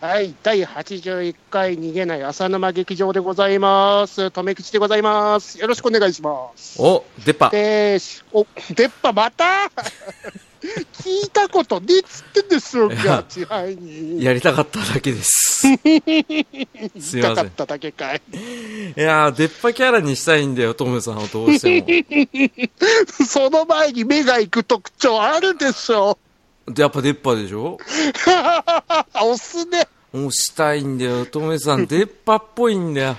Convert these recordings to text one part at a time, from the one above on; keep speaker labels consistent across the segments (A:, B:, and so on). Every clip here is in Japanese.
A: はい、第81回逃げない浅沼劇場でございます。とめきちでございます。よろしくお願いします。
B: お、出っ歯。
A: で、しお、出っ歯また聞いたことねえっつってんでしょう
B: いや
A: か、支配に。
B: やりたかっただけ です。すい
A: 痛
B: ま
A: か
B: せ
A: っ
B: ん。
A: ただけかい。
B: いやー、出っ歯キャラにしたいんだよ、トムさんをどう して
A: その前に目が行く特徴あるでしょ
B: も。で、やっぱ出っ歯でしょ
A: う。押すね。
B: もうしたいんだよ、トムさ ん。出っ歯っぽいんだよ。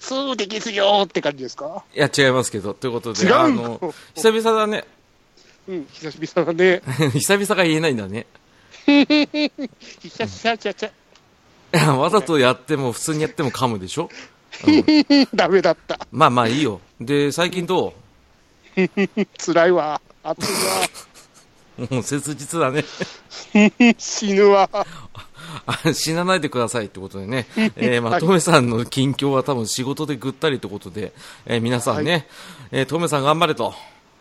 A: そうできすよって感じですか
B: いや、違いますけど。ということで、
A: 違
B: あ
A: うんだ
B: の、久々だね。
A: うん、久しぶりだね。
B: 久々が言えないんだね。
A: ひしゃしゃしゃしゃ。
B: いやわざとやっても、普通にやっても噛むでしょ、うん
A: ダメだった。
B: まあまあいいよ。で、最近ど
A: 辛いわ。暑いう
B: もう切実だね。
A: わ。 死ぬわ。
B: あ死なないでくださいってことで ね、えー、まあ、トメさんの近況は多分仕事でぐったりってことで、えー皆さんね、えートメさん頑張れと、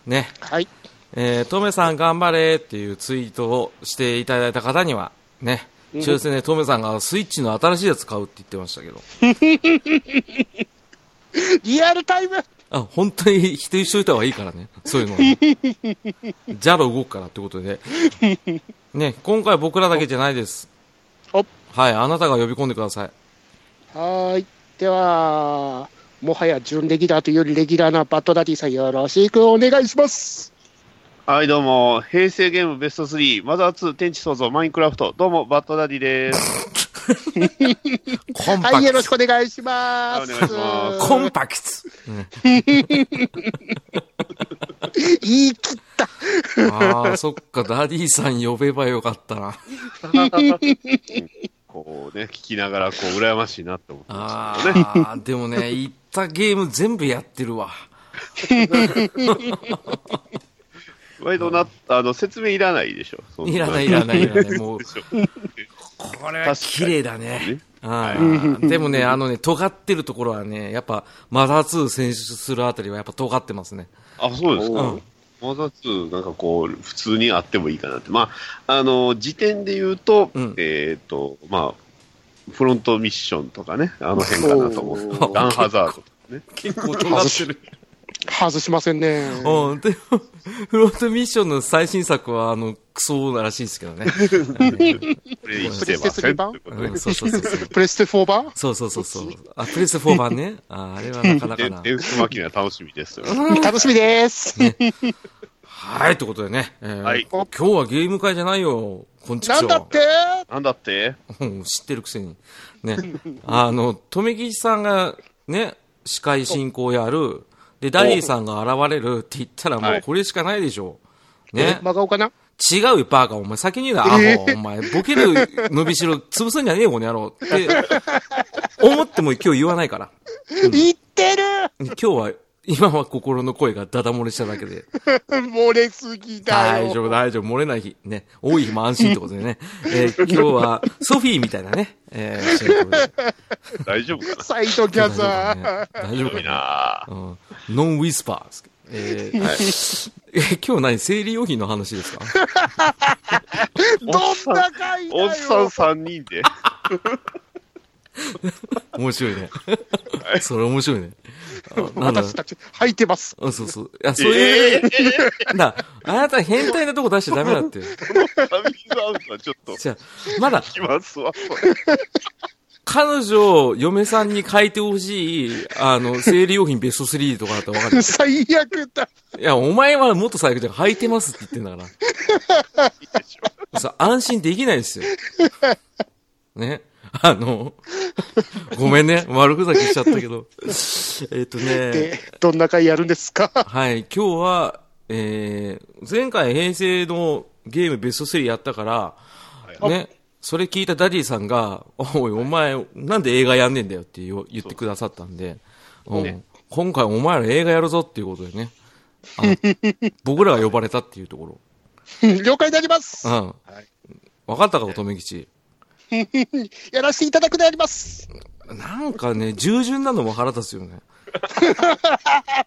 B: ね、
A: はい。
B: えートメさん頑張れっていうツイートをしていただいた方には、ね、抽選でトメさんがスイッチの新しいやつ買うって言ってましたけど、
A: リアルタイム
B: あ、本当に否定しといた方がいいからね。そういうのは、ね。 ジャロ動くからってことで。ね、今回僕らだけじゃないです。
A: おは
B: はい、あなたが呼び込んでください。
A: ーい。では、もはや準レギュラーというよりレギュラーなバッドダディさんよろしくお願いします。
C: はい、どうも。平成ゲームベスト3、マザー2、天地創造、マインクラフト。どうも、バッドダディです。
B: コンパクト。
A: はい、よろしくお願いします。
C: はいお願いしま
B: コンパクト。
A: 言い切った。
B: ああ、そっか、ダディさん呼べばよかったな。
C: こうね、聞きながら、こう、羨ましいなって思ってま
B: あ
C: し
B: あ、でもね、行ったゲーム全部やってるわ。
C: たね。割とな、あの、説明いらないでしょ。そん
B: いらない、いらない、いらない。もう、
C: でしょ
B: これは綺麗だね。あ
A: う
B: ーでもね、あのね、尖ってるところはね、やっぱ、マザー2選出するあたりはやっぱ尖ってますね。
C: あ、そうですか。
B: うん
C: マザー2、なんかこう、普通にあってもいいかなって。まあ、あの、時点で言うと、
B: うん
C: えっ、と、まあ、フロントミッションとかね、あの辺かなと思
A: お
C: う。
A: ー
C: ガンハザードとかね。
B: 結構尖ってる。
A: 外しませんね。
B: うん、でも、フロントミッションの最新作は、あの、クソらしいですけどね。
C: プレイしてま
A: プレ
C: せん
A: ステ3版
C: ってこと
B: う
C: で
B: ん、そうそうそうそう。
A: プレステ4版
B: そうそうそうそう。あ、プレス4版ね。ああれはなかなかな。
C: で、デンスマキナ楽しみですよ。
A: 楽しみです。
B: はい、ということでね。えー
C: はい
B: 今日はゲーム会じゃないよ。こんちくし
A: な
B: ょ
A: ん
B: う
A: だって
C: なんだって
B: うん知ってるくせに。ね。 あの、とめきさんがね、司会進行やる。で、ダディさんが現れるって言ったらも
C: は
B: う
C: い
B: これしかないでしょう。
A: え
B: ね。
A: 真顔かな
B: 違うよ、バーカ。お前先に言うな、アホ。お前、ボケる伸びしろ潰すんじゃねえよ、この野郎。って、思っても今日言わないから。
A: 言ってる
B: 今日は、今は心の声がダダ漏れしただけで。
A: 漏れすぎだ
B: 大
A: よ。
B: 丈夫、大丈夫。漏れない日。ね。多い日も安心ってことで ね。えー今日は、ソフィーみたいなね。えー仕事 で
C: 大丈夫かな
A: サイドギャザー。
B: 大丈夫
C: すご
B: か
C: い
B: な
C: なぁ
B: うんノンウィスパーですけど。えーえ今日何生理用品の話ですか
A: どんな回だよ
C: おっさん3人で。
B: 面白いね。それ面白いね。あなんだ
A: 私たち履いてます。
B: あそうそう。いや、そういう、な、あなた変態なとこ出しちゃダメだ って。
C: カミングアウトはちょっと、
B: じゃあまだ、
C: きますわ、それ。
B: 彼女を嫁さんに書いてほしい、あの、生理用品ベスト3とかだったらわかる。
A: 最悪だ。
B: いや、お前はもっと最悪じゃん。履いてますって言ってんだから。さ、安心できないですよ。ね。あの、ごめんね。悪ふざけしちゃったけど。えっとね、
A: で、どんな回やるんですか
B: はい、今日は、えー、前回平成のゲームベスト3やったから、ね、それ聞いたダディさんが、おい、お前、なんで映画やんねえんだよって言う言ってくださったんで、うん今回お前ら映画やるぞっていうことでね、あの 僕らが呼ばれたっていうところ。
A: 了解であります
B: う。ん。分かったか、乙女吉。
A: やらせていただくであります。
B: なんかね、従順なのも腹立つよね。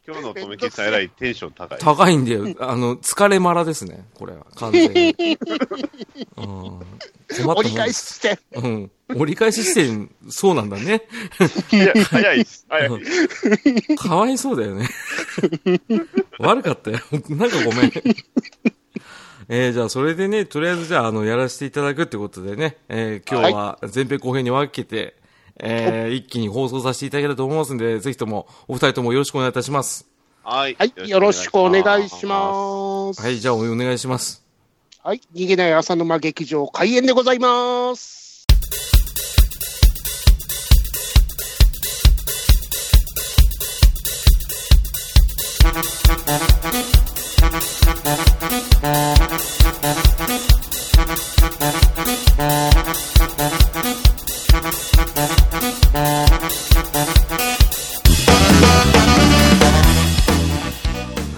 C: 今日のとめきさんえらいテンション高い。
B: 高い んだよ。あの、疲れまらですね、これは。完全に。うん。困ったもん
A: 折り返し地点。
B: うん。折り返し地点、そうなんだ ね。
C: いや、早いです。早い。
B: かわいそうだよね。悪かったよ。なんかごめん。えー、じゃあ、それでね、とりあえずじゃあ、あの、やらせていただくってことでね、えー、今日は前編後編に分けて、えー、一気に放送させていただけたと思いますんで、ぜひとも、お二人ともよろしくお願いいたします。
C: はい
A: はい、よろしくお願いします。
B: はい、じゃあ、お願いします。
A: はい、逃げない朝の間劇場開演でございます。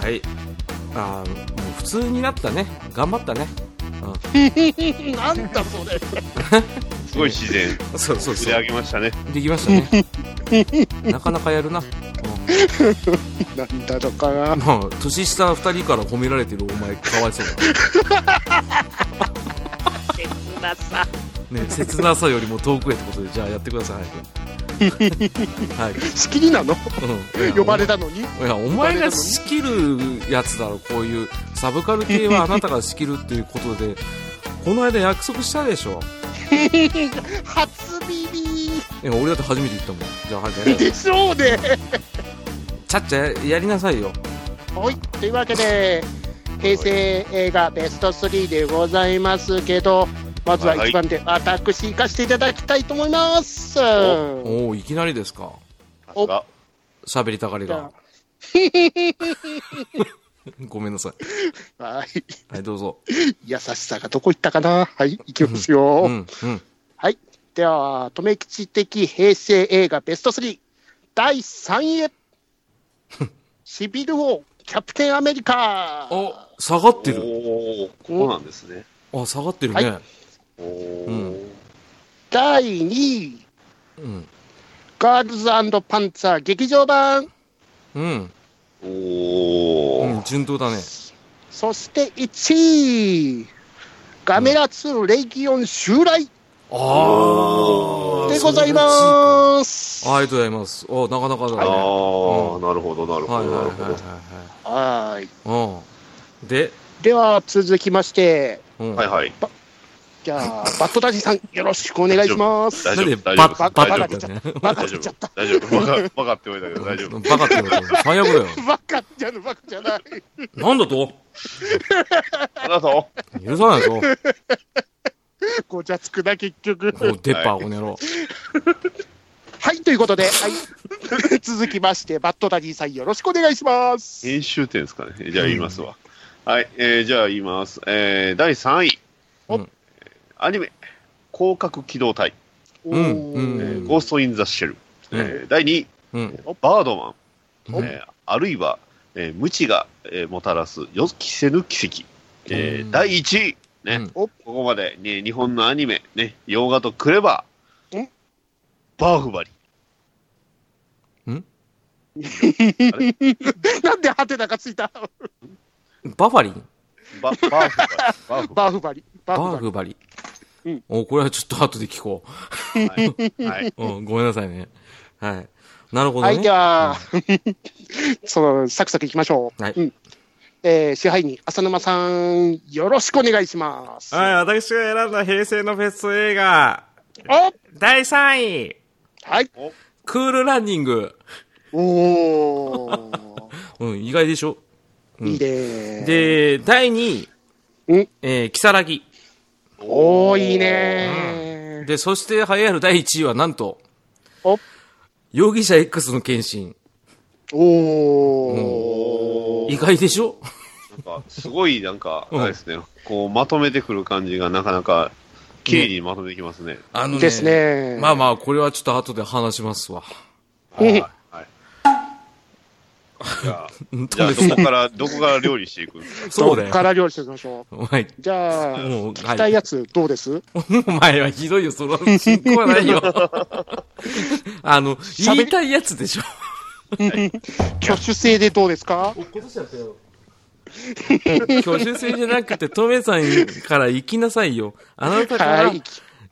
B: はい。あーもう普通になったね。頑張ったね。
A: なんだそれ。
C: すごい自然。
B: うん。そうそう
C: 振
B: そ
C: り上
B: う。
C: げましたね。
B: できましたね。 なかなかやるな。うん
A: なんだろかな。
B: まあ、年下二人から褒められてるお前かわいそうだな切なさね切なさよりも遠くへってことでじゃあやってくださ い早くはい、
A: 好きになの
B: うんい や
A: 呼ばれたのに。
B: いやお前が仕切るやつだろこういうサブカル系はあなたが仕切るっていうことでこの間約束したでしょ
A: 初耳
B: いや俺だって初めて言ったもんじゃあ 早く
A: でしょうね。
B: ちゃっちゃやりなさいよ
A: はい、というわけで、平成映画ベスト3でございますけど、まずは1番で私、行かせていただきたいと思います。は
B: おおいきなりですか
C: さすが。
B: 喋りたがりが ごめんなさい
A: い、
B: はいどうぞ
A: 優しさがどこ行ったかな。はい、行きますよ。
B: うんうん
A: はい、では、留吉的平成映画ベスト3、第3位へ、 シビル王、キャプテンアメリカ。
B: あ、下がってる。
C: おお、ここなんですね。
B: あ、下がってるね。
A: は
C: おお、
B: うん
A: 第2位、
B: うん。
A: ガールズパンツァー劇場版。
B: うん。
C: おお、
B: うん、順当だね。
A: そして1位、ガメラ2レギオン襲来
B: ああ。
A: でございます。
B: ありがとうございます。あなかなかだね。は
C: ああ、
B: うん
C: なるほど、なる
B: い
C: ほ
B: はい
C: ど、な
B: は
C: るほど。
B: い
A: はい。
B: はい。うん。で、
A: では、続きまして、
B: うん。
C: はいはい。
A: じゃあ、バットダディさん、よろしくお願いします。
C: 大
B: なん
C: 丈
B: で
C: 夫、
B: バ
C: 大
B: ッ
C: 丈
A: バカ
B: バッ
C: 夫、
B: だ
A: だ
B: っ
A: ったた
B: ね。
A: バカ
C: 大
A: っ
C: 丈
A: ちゃっ
C: 夫、大丈夫、バカ、バカって言われたけど、大 丈夫。
B: バカって言われた最悪だよ。
A: た。バカじゃぬ、バカじゃない。
B: なんだと
C: あなた、
B: 許さないぞ。も
A: ごちゃつくな、結局。
B: う、出っ歯、この野郎。
A: はい、ということで、はい。 続きまして、バットダディさん、よろしくお願いします。
C: 編集点ですかね。じゃあ言いますわ。はい、えー、じゃあ言います。えー、第3位。
B: うん
C: アニメ、広角機動隊、
B: うん
A: お
B: うん
C: え
A: ー
C: ーゴースト・イン・ザ・シェル。
B: うん
C: えー第2位、
B: うん。
C: バードマン。
B: うん
C: えーあるいは、えー無知が、えーもたらす予期せぬ奇跡。え
B: う
C: ー
B: ん
C: 第1位。ね、
B: うん
C: ここまで、ね、日本のアニメ、ね、洋画とくれば
A: え、
C: バーフバリ。
A: なんでハテナがついた
B: バファリン
C: ババーフバリ。バーフバ
A: バーフバリ。バー
B: バ
A: フバ
B: フバリ
A: うん。
B: お、これはちょっと後で聞こ
C: リ。はい。はい、
B: う。うん、ごめんなさいね。はい。なるほど
A: はい、で
B: ね。
A: は、 そのサクサクいきましょう。
B: はい
A: うんえー支配人、浅沼さん、よろしくお願いします。
B: はい、私が選んだ平成のベスト映画、
A: お
B: 第3位、
A: はい。
B: クールランニング。
A: おー、
B: うん、意外でしょん
A: いいねー。
B: で、第2
A: うん
B: 位、えー、キサラギ。
A: おー、いいねー。
B: で、そして栄えある第1位は、なんと、
A: お
B: 容疑者 X の検診。
A: おー、
B: 意外でしょ
C: なんか、すごい、なんか、
B: うん
C: あれですね、こう、まとめてくる感じが、なかなか、綺麗にまとめてきますね。
B: あの
A: ですね
B: まあまあ、これはちょっと後で話しますわ。
C: はい。 はい。じゃあ、じゃあどこから、どこから料理していくんですか
B: そ
A: ど
B: うだ
A: っ
B: よ
A: か。ら料理していきましょう。
B: お前、
A: じゃあ、
B: もう、
A: 聞きた
B: はいい。
A: やつ、どうです
B: お前はひどいよ、その進行はないよ。あの、言いたいやつでしょ。
A: 挙手制でどうですか
B: 落っことしちゃったよ。挙手制じゃなくて、トメさんから行きなさいよ。あなたか
A: は
B: ら
A: い。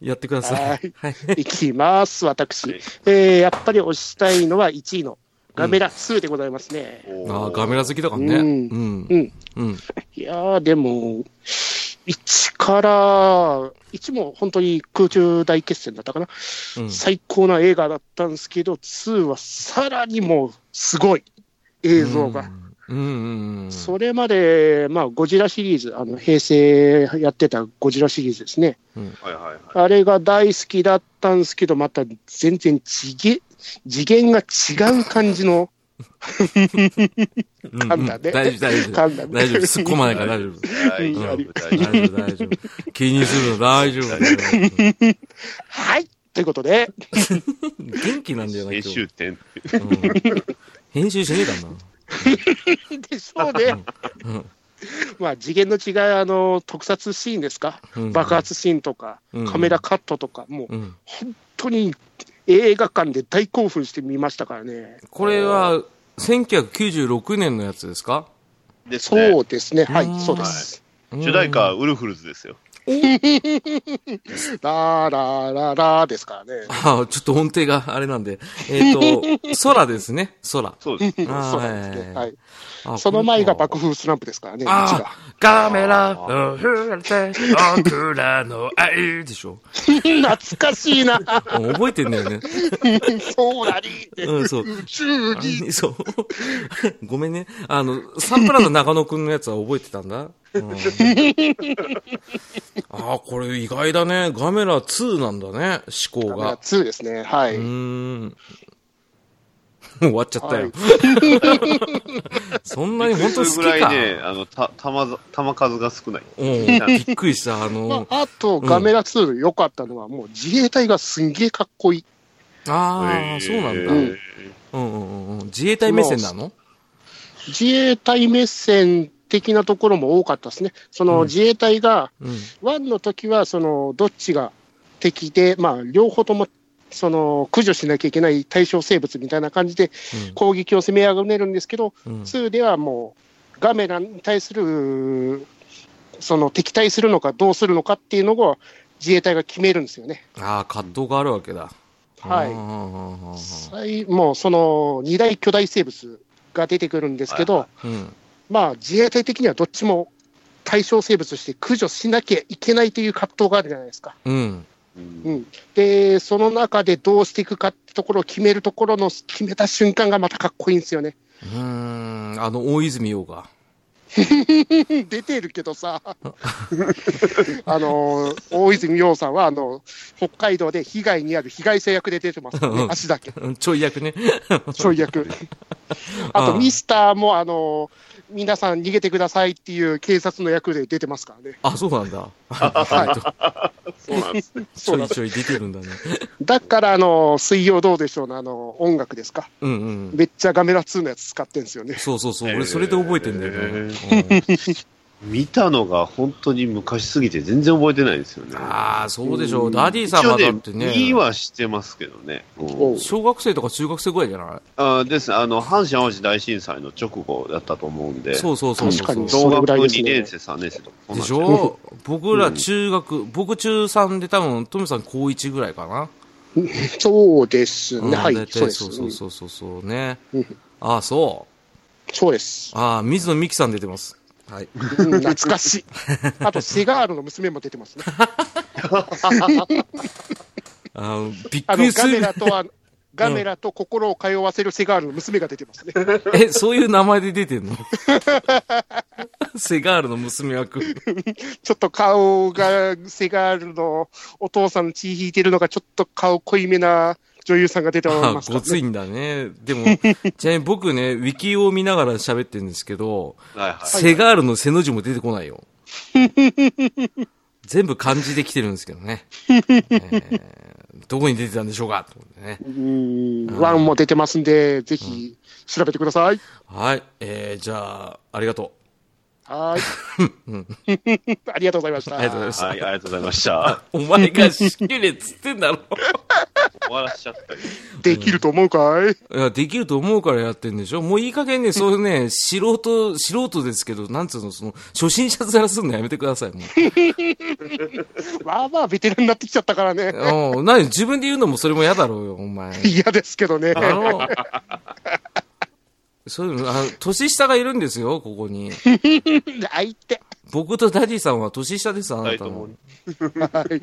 B: やってください。
A: はい
B: はい。
A: いきます、私。えー、やっぱり押したいのは1位のガメラ2でございますね。
B: ああ、ガメ
C: ラ。
B: ラ好きだからね。う
A: うんん。うん。
B: うん。
A: いやー、でも、1から、1も本当に空中大決戦だったかな。
B: うん。
A: 最高な映画だったんですけど、2はさらにもう、すごい映像が。
B: うん。うん。うん。
A: それまで、まあ、ゴジラシリーズ、あの平成やってたゴジラシリーズですね、
C: はいはいはい。
A: あれが大好きだったんですけど、また全然次元次元が違う感じの
B: うんうん
A: 噛んだね
B: 大丈夫、大丈
A: 噛んだね
B: 夫。大丈夫。突っ込まないから大丈夫。
C: 大丈夫、大丈
B: 大丈夫、大丈夫。気にするの大丈夫だよ。
A: はいということで、
B: 元気なんだよな、
C: 夫。編
B: 今
C: 集
B: 日。
C: 点。
B: うん編集しねえからな。
A: でしょうね
B: うんうん。
A: まあ次元の違い、あの特撮シーンですか、
B: うん
A: 爆発シーンとか、
B: うん
A: カメラカットとか、もう
B: うん。
A: 本当に映画館で大興奮して見ましたからね。
B: これは、1996年のやつですか
C: ですね
A: そうですね、は
B: う
A: い、
B: ん
A: そうです。
C: 主題歌、ウルフルズですよ。
A: ラーラーラーラーですからね。
B: ああ、ちょっと音程があれなんで。え っ、と、空ですね、空。
C: そうです。
B: あ
A: そうなんですね。はい。
B: あ
A: その前が
B: こ
A: 爆風スランプですからね、
B: れか
A: 一
B: あ
A: が
B: あ。、カメラを振って、僕らの愛でしょ。
A: 懐かしいな。
B: あ覚えてんだよね。
A: そうラリーって。
B: うん、そう。
A: 宇宙に。
B: あそう。ごめんね。あの、サンプラの中野くんのやつは覚えてたんだ。 うん、ああ、これ意外だね。ガメラ2なんだね、思考が。。
A: 2ですね。はいう
B: ーん。 終わっちゃったよ。 そんなに本当に
C: そ
B: 好き
C: れぐ
B: から
C: い。ね、あの、た、玉ざ、玉数が少ない。
B: うん、びっくりした。
A: ま
B: あの、
A: あ、あと、ガメラ2の良かったのは、もう自衛隊がすんげえかっこいい。
B: ああ、そうなんだ。うん
C: えー
B: うんうんうん。自衛隊目線なの
A: 自衛隊目線的なところも多かったですね。その自衛隊が、
B: うん。
A: 1の時は、その、どっちが敵で、まあ、両方とも、その、駆除しなきゃいけない対象生物みたいな感じで、攻撃を攻め上げるんですけど、
B: うん。
A: 2ではもう、ガメラに対する、その敵対するのかどうするのかっていうのを自衛隊が決めるんですよね。
B: ああ、葛藤があるわけだ。
A: はい
B: うんうんうんうん
A: 最もうその二大巨大生物が出てくるんですけど、
B: うん。
A: まあ自衛隊的にはどっちも対象生物として駆除しなきゃいけないという葛藤があるじゃないですか。
B: うん。
C: うん
A: うん、で、その中でどうしていくかってところを決めるところの決めた瞬間がまたかっこいいんですよね。
B: うーん。あの、大泉洋が。
A: 出てるけどさ、あの大泉洋さんはあの北海道で被害にある被害者役で出てますよね
B: う、ん
A: 足だけ、
B: うんちょい役ね。
A: ちょい役。あ
B: う
A: と、
B: ん
A: ミスターもあの皆さん逃げてくださいっていう警察の役で出てますからね。
B: あ、そうなんだ。
A: は
C: そうなんですね。
B: ちょいちょい出てるんだね。
A: い、だからあの、水曜どうでしょうのあの音楽ですか、
B: うんうん。
A: めっちゃガメラ2のやつ使ってんですよね。
B: そうそうそう。俺、それで覚えてんだよね。うん
C: 見たのが本当に昔すぎて全然覚えてないんですよね。
B: ああ、そうでしょう。ダディさん
C: 一
B: は
C: 応
B: だ
C: ね
B: って、ね。
C: 見はしてますけどね。うん
A: おう
B: 小学生とか中学生ぐらいじゃな
C: あーですねあの、阪神・淡路大震災の直後だったと思うんで。
B: いそうそうそうそう。
A: 確かに
C: 小学
A: それぐらいですね
C: 2年生、3年生とかそん
B: で
C: なん
B: し
C: じゃない。
B: ょ僕ら中学、僕中3で多分、トムさん高1ぐらいかな。
A: そうです
B: うん
A: ね、はい
B: 大、体
A: そうです。
B: そう
A: う
B: そうそ
A: ん
B: うそうそうね
A: うん。
B: ああ、そう。
A: そうです。
B: ああ、水野美紀さん出てます。はい。
A: うん懐かしい。あと、シガールの娘も出てますね。
B: あーびっ
A: あ
B: く
A: の
B: りす
A: ガメ
B: る
A: ラ。とは、ガメラと心を通わせるセガールの娘が出てますね。
B: え、そういう名前で出てんのセガールの娘役。
A: ちょっと顔がセガールのお父さんの血引いてるのがちょっと顔濃いめな女優さんが出ており
B: あ
A: ますか
B: ご
A: ら、
B: つい
A: ね。
B: んだね。でも、ちなみに僕ね、ウィキを見ながら喋ってるんですけど、
C: はいはい。
B: セガールの背の字も出てこないよ。全部漢字で来てるんですけどね。えーどこに出てたんでしょうかと思ってね。
A: うーんワンも出てますんで、ぜひ調べてください。
B: はい。えー、じゃあ、ありがと
A: はーい。 ありがとうございまし
B: う。
A: た
B: ありがとうございました。
C: はい、ありがとうございました。
B: お前がしっけれっつってんだろ。
C: 終わらしちゃったり。
A: できると思うかい
B: いや、できると思うからやってんでしょもういい加減ね、そういうね、素人、素人ですけど、なんつうの、その、初心者面するのやめてください、も
A: まあまあベテランになってきちゃったからね。
B: う。うん。何、自分で言うのもそれも嫌だろうよ、お前。
A: 嫌ですけどね。
B: あの、そういうの、あの、年下がいるんですよ、ここに。
A: 相手。
B: 僕とダディさんは年下です、あなた
C: はいどう
B: の
C: も。
A: はい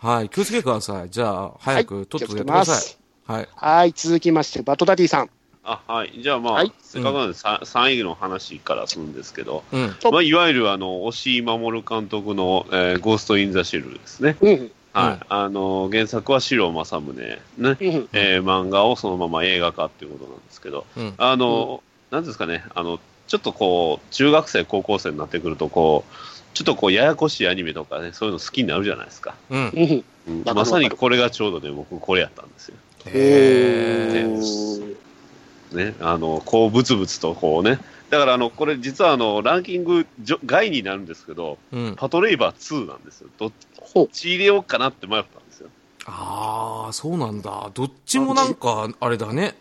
B: はい、気をつけてください。じゃあ、早く、
A: はい
B: とっととやってくだ
A: 気をつ
B: さ
A: け
B: い。はい。
A: はい、続きまして、バトダディさん。
C: あ、はい。じゃあまあ、
A: はい
C: せっかくなんでさ3位の話からするんですけど、
B: うん。
A: お
C: まあ、いわゆるあの、押井守監督の、えーゴースト・イン・ザ・シェルですね。
A: うん、
C: はい。
B: うん
C: あの、原作は四郎正宗、ね、
A: うん、
C: えー漫画をそのまま映画化っていうことなんですけど、
B: うん
C: あの、なんですかね、あの、ちょっとこう、中学生、高校生になってくると、こう、ちょっとこう、ややこしいアニメとかね、そういうの好きになるじゃないですか。
B: うん。
A: うん。
C: うん
A: かる
C: まさにこれがちょうどね、僕、これやったんですよ。
A: へー
C: ね、あの、こう、ブツブツとこうね、だからあの、これ実はあの、ランキングじょ外になるんですけど、
B: うん。
C: パトレイバー2なんですよ。どっ
A: ほう。
C: ち入れようかなって迷ったんですよ。
B: ああ、そうなんだ。どっちもなんか、あれだね。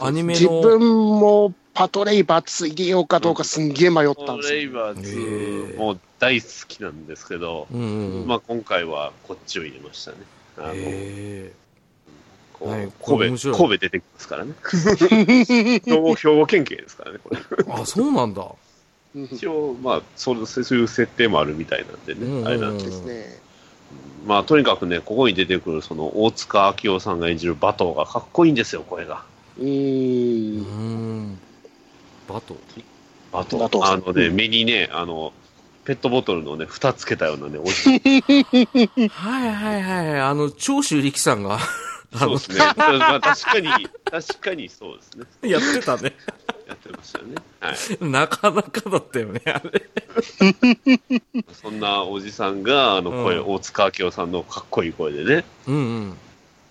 B: アニメ
A: 自分
B: の。
A: もパトレイバーツ入れようかどうかすんげえ迷っ
C: パ
A: た
C: ト
A: んです
C: レイ
A: よ。
C: バー
B: へ
C: 2
B: ー
C: もう大好きなんですけど、
B: うんうんうん。
C: まあ、今回はこっちを入れましたね。あの
B: へ
C: こう
B: はいこれ面
C: 神
B: 白
C: 戸
B: い
C: 神戸出てきま すからね。兵庫兵庫県警ですからね、これ。
B: え。あ、そうなんだ。
A: うん
C: 一応、まあそう、そういう設定もあるみたいなんで
B: うんうんう
C: ね、
B: ん
C: あれなんで
A: ですね。
C: まあ、とにかくね、ここに出てくるその大塚明夫さんが演じる馬頭がかっこいいんですよ、声が。
A: う
B: うー
A: ーん。
B: ん。バト。
C: 馬
A: 馬頭
C: 頭。
A: さ
C: あ
A: ん
C: のね、目にね、あの、ペットボトルのね、蓋つけたようなね、お じ
B: はいはいはい。あの、長州力さんが あ
C: そう
B: の
C: ですね。まあ、確かに、確かにそうですね。
B: やってたね。
C: やってましたよね。はい。
B: なかなかだったよね、あれ。
C: そんなおじさんが、あの声、
B: うん
C: 大塚明夫さんのかっこいい声でね、
B: うんうん。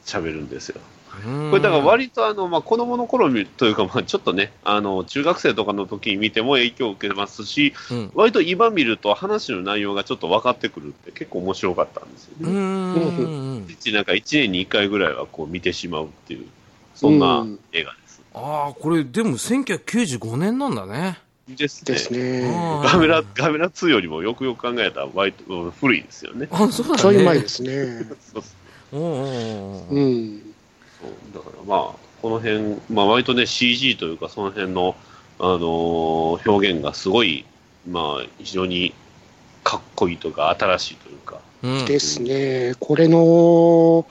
C: 喋るんですよ。
B: うん
C: これだから割とあの、まあ、子供の頃見るというか、まあ、ちょっとね、あの、中学生とかの時に見ても影響を受けますし、
B: うん。
C: 割と今見ると話の内容がちょっと分かってくるって結構面白かったんですよ
B: う
C: ね。
B: んうんうん。
C: 父なんか1年に1回ぐらいはこう見てしまうっていう、そんな映画です。
B: ああ、これでも1995年なんだね。
C: ですね。
A: ですね。
B: あー
C: ガメラ、ガメラ2よりもよくよく考えたら割とうん古いですよね。
B: あ、そうだね。
A: ちょい前ですね。
C: そうそう
B: うんうんうん。
A: うん。
C: だからまあ、この辺、まあ割とね CG というかその辺の、あのー表現がすごい、まあ非常にかっこいいというか新しいというか、
B: うん
A: ですね。これのお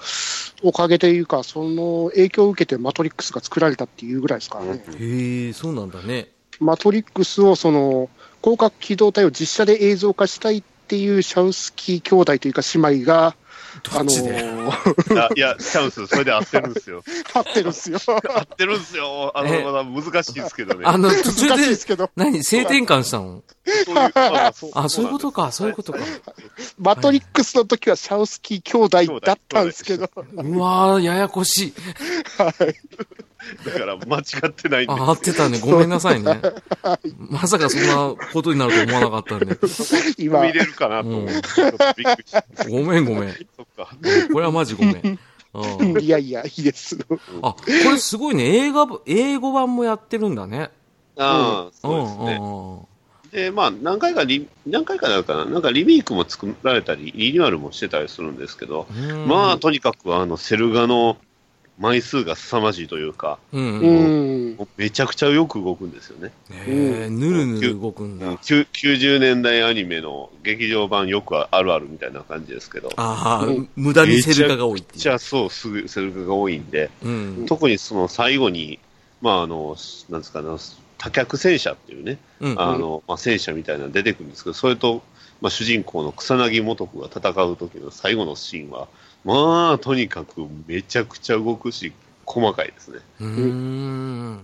A: かげというか、その影響を受けてマトリックスが作られたっていうぐらいですからね。
B: へえ、そうなんだね。
A: マトリックスをその広角機動隊を実写で映像化したいっていうシャウスキー兄弟というか姉妹が、
B: ど
A: あ
B: っ
A: の
B: ちで、
C: あいや、チャンス、それで合ってるんですよ。
A: 立ってるんですよ。
C: 合ってるんですよ。あ
B: え
C: の、まだ難しいですけどね。
B: あの、途中
A: 難しい
B: で
A: ですけど、
B: 何性転換したの
C: そういうまあそう
B: あ、そういうことか、そういうことか。
A: マトリックスの時はシャウスキー兄弟だったんですけど、
B: うわー、ややこしい。
C: だから間違ってないんで
B: あ、合ってたね。ごめんなさいね。まさかそんなことになると思わなかったんで。
A: 今
C: 踏み、入れるかなと思って、ちょっとびっくりした。
B: ごめんごめん。うん
C: そっか。
B: これはマジごめん。うん
A: いやいや、いいです。
B: あ、これすごいね。映画、英語版もやってるんだね。
C: ああ、
B: うん
C: そうですね。
B: うんうん
C: で、まあ、何回かリ、何回かだったかな、なんかリメイクも作られたり、リニューアルもしてたりするんですけど、
B: うん
C: まあ、とにかく、あの、セルガの枚数が凄まじいというか、
B: うん
A: う
B: うん。
A: ん。
C: もうめちゃくちゃよく動くんですよね。
B: えーぬるぬる動くんだ。
C: きゅ90年代アニメの劇場版よくあるあるみたいな感じですけど、めっ
B: ああ、無駄にセルカが多いってい
C: ちゃそう、すぐセルガが多いんで、
B: う。うん。
C: 特にその最後に、まあ、あの、なんですかね、多脚戦車っていうね、
B: うん。
C: あの、まあ、戦車みたいなの出てくるんですけど、それと、まあ、主人公の草薙素子が戦う時の最後のシーンは、まあ、とにかくめちゃくちゃ動くし、細かいですね。
B: うーん。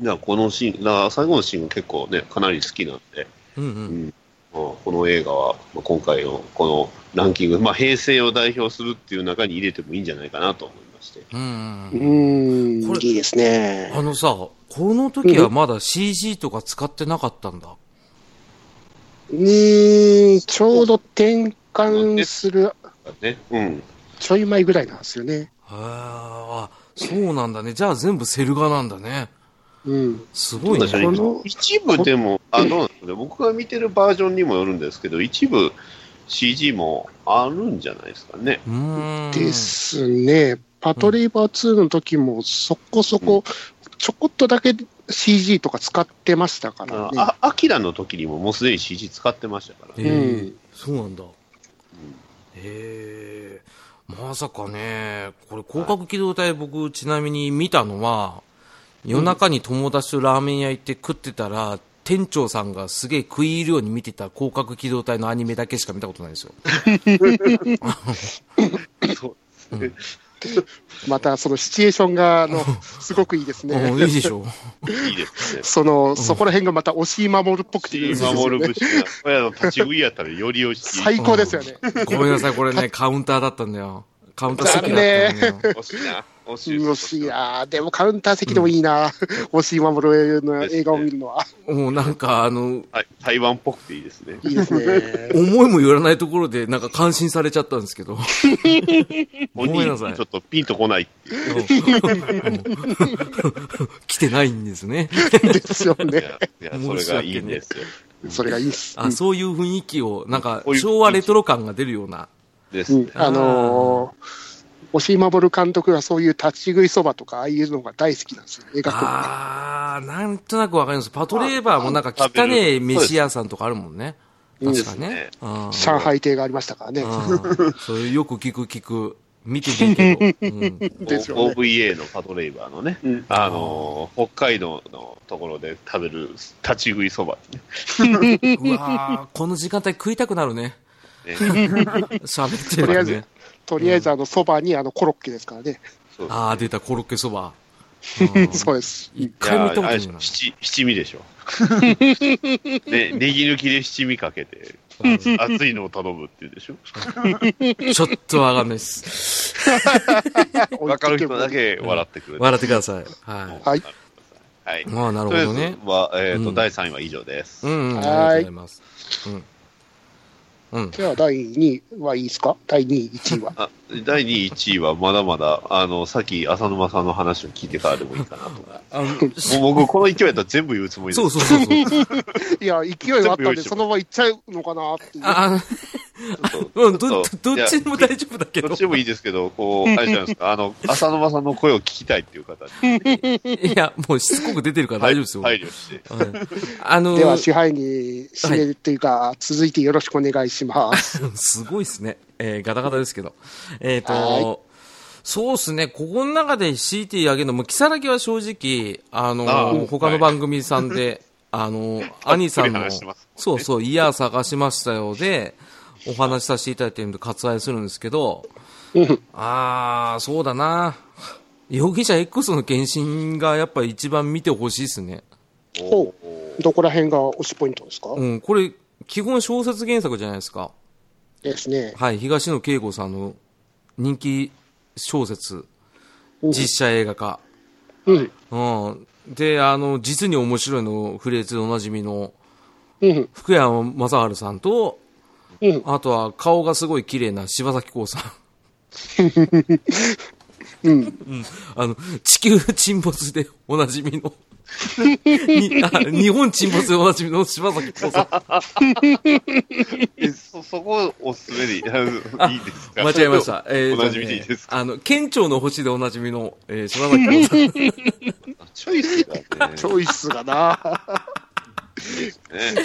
C: だからこのシーン、だから最後のシーンが結構ね、かなり好きなんで、
B: うんうん。
C: まあ、この映画は、まあ、今回のこのランキング、まあ、平成を代表するっていう中に入れてもいいんじゃないかなと思いまして。
B: うん
A: う
B: うん。
A: ん
B: これ、
A: いいですね。
B: あのさ、この時はまだ CG とか使ってなかったんだ。
A: うーん、ちょうど転換する
C: ね、うん。
A: ちょい前ぐらいなんですよね。
B: ああ、そうなんだね。じゃあ全部セルガなんだね。
A: うん。
B: すごいね。
C: そうなんでし
A: こ
C: ょうね
A: の
C: 一部でも、あどうなんですかね、僕が見てるバージョンにもよるんですけど、一部 CG もあるんじゃないですかね。
B: うーん。
A: ですね。パトレイバー2の時もそこそこ、ちょこっとだけ CG とか使ってましたからね。
C: あ、アキラの時にももうすでに CG 使ってましたから
B: え
C: ね。
B: ー
A: うん
B: そうなんだ。ええまさかね、これ広角機動隊僕ちなみに見たのは、夜中に友達とラーメン屋行って食ってたら、店長さんがすげえ食い入るように見てた広角機動隊のアニメだけしか見たことないですよ。
C: そうですね。
A: またそのシチュエーションが、あの、すごくいいです
B: うん
A: ね。
B: いいで しょ
C: いいです ね。
A: その、そこら辺がまた押井守っぽくていいですよね
C: 守る節が、親の立ち食いやったらよりよし。
A: 最高ですよね。
B: ごめんなさい、これね、カウンターだったんだよ。カウンター席だったんだよ。
C: 惜しいな。惜しい
A: よし、いやーでもカウンター席でもいいな。押井守の映画を見るのは。
B: もうなんか、あの、
C: はい台湾っぽくていい ですね。
A: いいですね。
B: 思いもよらないところで、なんか感心されちゃったんですけど。ご
C: 本
B: めんな
C: 人
B: さい
C: ちょっとピンとこないっていう。
B: 来てないん ですね。
A: ですよ
C: い
A: ね。
C: やいや、それがいいんですよ。
A: それがいいっす。
B: あ、そういう雰囲気を、なんか
C: こういう雰囲気
B: 昭和レトロ感が出るような。
C: です
A: う
C: ね
A: ん。あのー、押井守監督がそういう立ち食いそばとか、ああいうのが大好きなんですよ、映画館
B: あー、なんとなくわかります。パトレーバーもなんか汚ねえ飯屋さんとかあるもんね。
A: そうで
B: 確
A: す
B: かね。うん
A: 上海亭がありましたからね。
B: うんそういうよく聞く聞く。見てみるけど。うん
A: ですよね
C: OVA のパトレイバーのね、あのー北海道のところで食べる立ち食いそばってね
B: うわーこの時間帯食いたくなるね。
C: ね
B: 喋って
A: と
B: る
A: りあえず
B: ね。、
A: とりあえず、あの、そばに、あの、コロッケですからね。
C: そう
B: あー、出たコロッケそば。うん
A: そう です。
B: 一
C: い
B: 回も行
C: や
B: ったこと
C: あ
B: な
C: れ
B: いな。
C: 七七味で しょ。ね、ネギ抜きで七味かけて、熱いのを頼むっていうでしょ。
B: ちょっとわかんないです。
C: わかる人だけ笑ってくれる。
B: 笑ってください。は
A: はい。
C: はい。
B: い。まあ、なる
C: と
B: ほ
C: りあえ
B: ど
C: ず
B: ね。
C: は、えっ
B: う
C: と、
B: ん
C: 第3位は以上です
B: う。ん、うん、ありが
A: は
B: と
A: い
B: うございます。うん。うん。
A: では、第2位はいいですか第2位、1位は。
C: あ第2位、1位はまだまだ、あの、さっき浅沼さんの話を聞いてからでもい いかなと思
B: あの、
C: う。もう僕、この勢いだったら全部言うつもりです
B: そうそうそうそう。
A: いや、勢いはあったん
C: 全部用意
A: で、
C: してます
A: そのまま行っちゃうのかなっていう。
B: あ、
C: ちょっと
B: うん、
C: ちょ
B: ど、
C: っと
B: どどっちでも大丈夫だけ
C: ど
B: ど
C: っち。でもいいですけど、こう、あれじゃないですか、あの、浅沼さんの声を聞きたいっていう方に、
B: いや、もうしつこく出てるから大丈夫ですよ。
C: 配慮して。
B: うんあの
A: では、、支配に締めるというか、続いてよろしくお願いします。
B: すごいですね。えーガタガタですけど。えっ、
A: は
B: と、そうですね、ここの中で CT 上げるのも、キサラは正直、あの
C: あー
B: 他の番組さん で、あの兄さん
C: たっぷ
B: の、
C: り話してます
B: そうそう、イヤー探しましたよで、お話しさせていただいてるんで割愛するんですけど、あー、そうだな。容疑者 X の検診がやっぱ一番見てほしいですね。
A: ほう。どこら辺が推しポイントですか
B: うん、これ、基本小説原作じゃないですか。
A: ですね。
B: はい、東野圭吾さんの人気小説、
A: うん
B: 実写映画化。
A: うん。
B: うん。で、あの、実に面白いのフレーズでおなじみの
A: うん。
B: 福山雅治さんと、
A: うん。
B: あとは顔がすごい綺麗な柴咲コウさ ん。うん、あの、地球沈没でおなじみの、にあ日本沈没でおなじみの柴咲コウさん。
C: えそ、そこおすすめでいいいいですか
B: 間違えました。えー
C: おなじみでいいですか
B: あの、県庁の星でおなじみの、えー、柴崎コウさん。
C: チョイスがね
A: チョイスが な、
C: ね。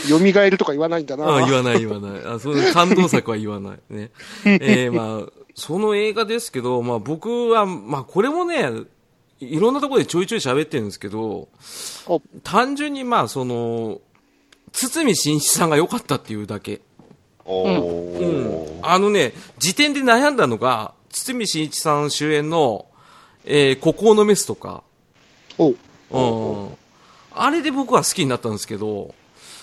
A: 蘇るとか言わないんだ
B: ああ言
A: な。
B: わない言わない。あそういう感動作は言わない。ね。えーまあ、その映画ですけど、まあ僕は、まあこれもね、いろんなところでちょいちょい喋ってるんですけど、
A: お
B: 単純にまあその、堤真一さんが良かったっていうだけ。
C: おー。
B: あのね、時点で悩んだのが、堤真一さん主演の、えー孤高のメスとか、
A: おう
B: うん。あれで僕は好きになったんですけど、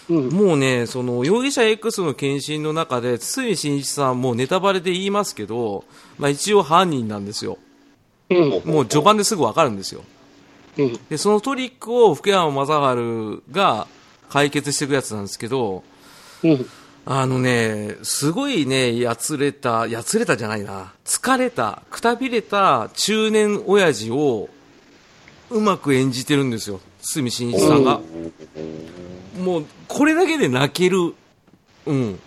A: うん。
B: もうね、その、容疑者 X の検診の中で、堤真一さん、もうネタバレで言いますけど、まあ一応犯人なんですよ。
A: うん。
B: もう序盤ですぐわかるんですよ。
A: うん。
B: で、そのトリックを福山雅治が解決していくやつなんですけど、
A: うん。
B: あのね、すごいね、やつれた、やつれたじゃないな。疲れた、くたびれた中年親父をうまく演じてるんですよ。堤真一さんが。もう、これだけで泣ける。うん。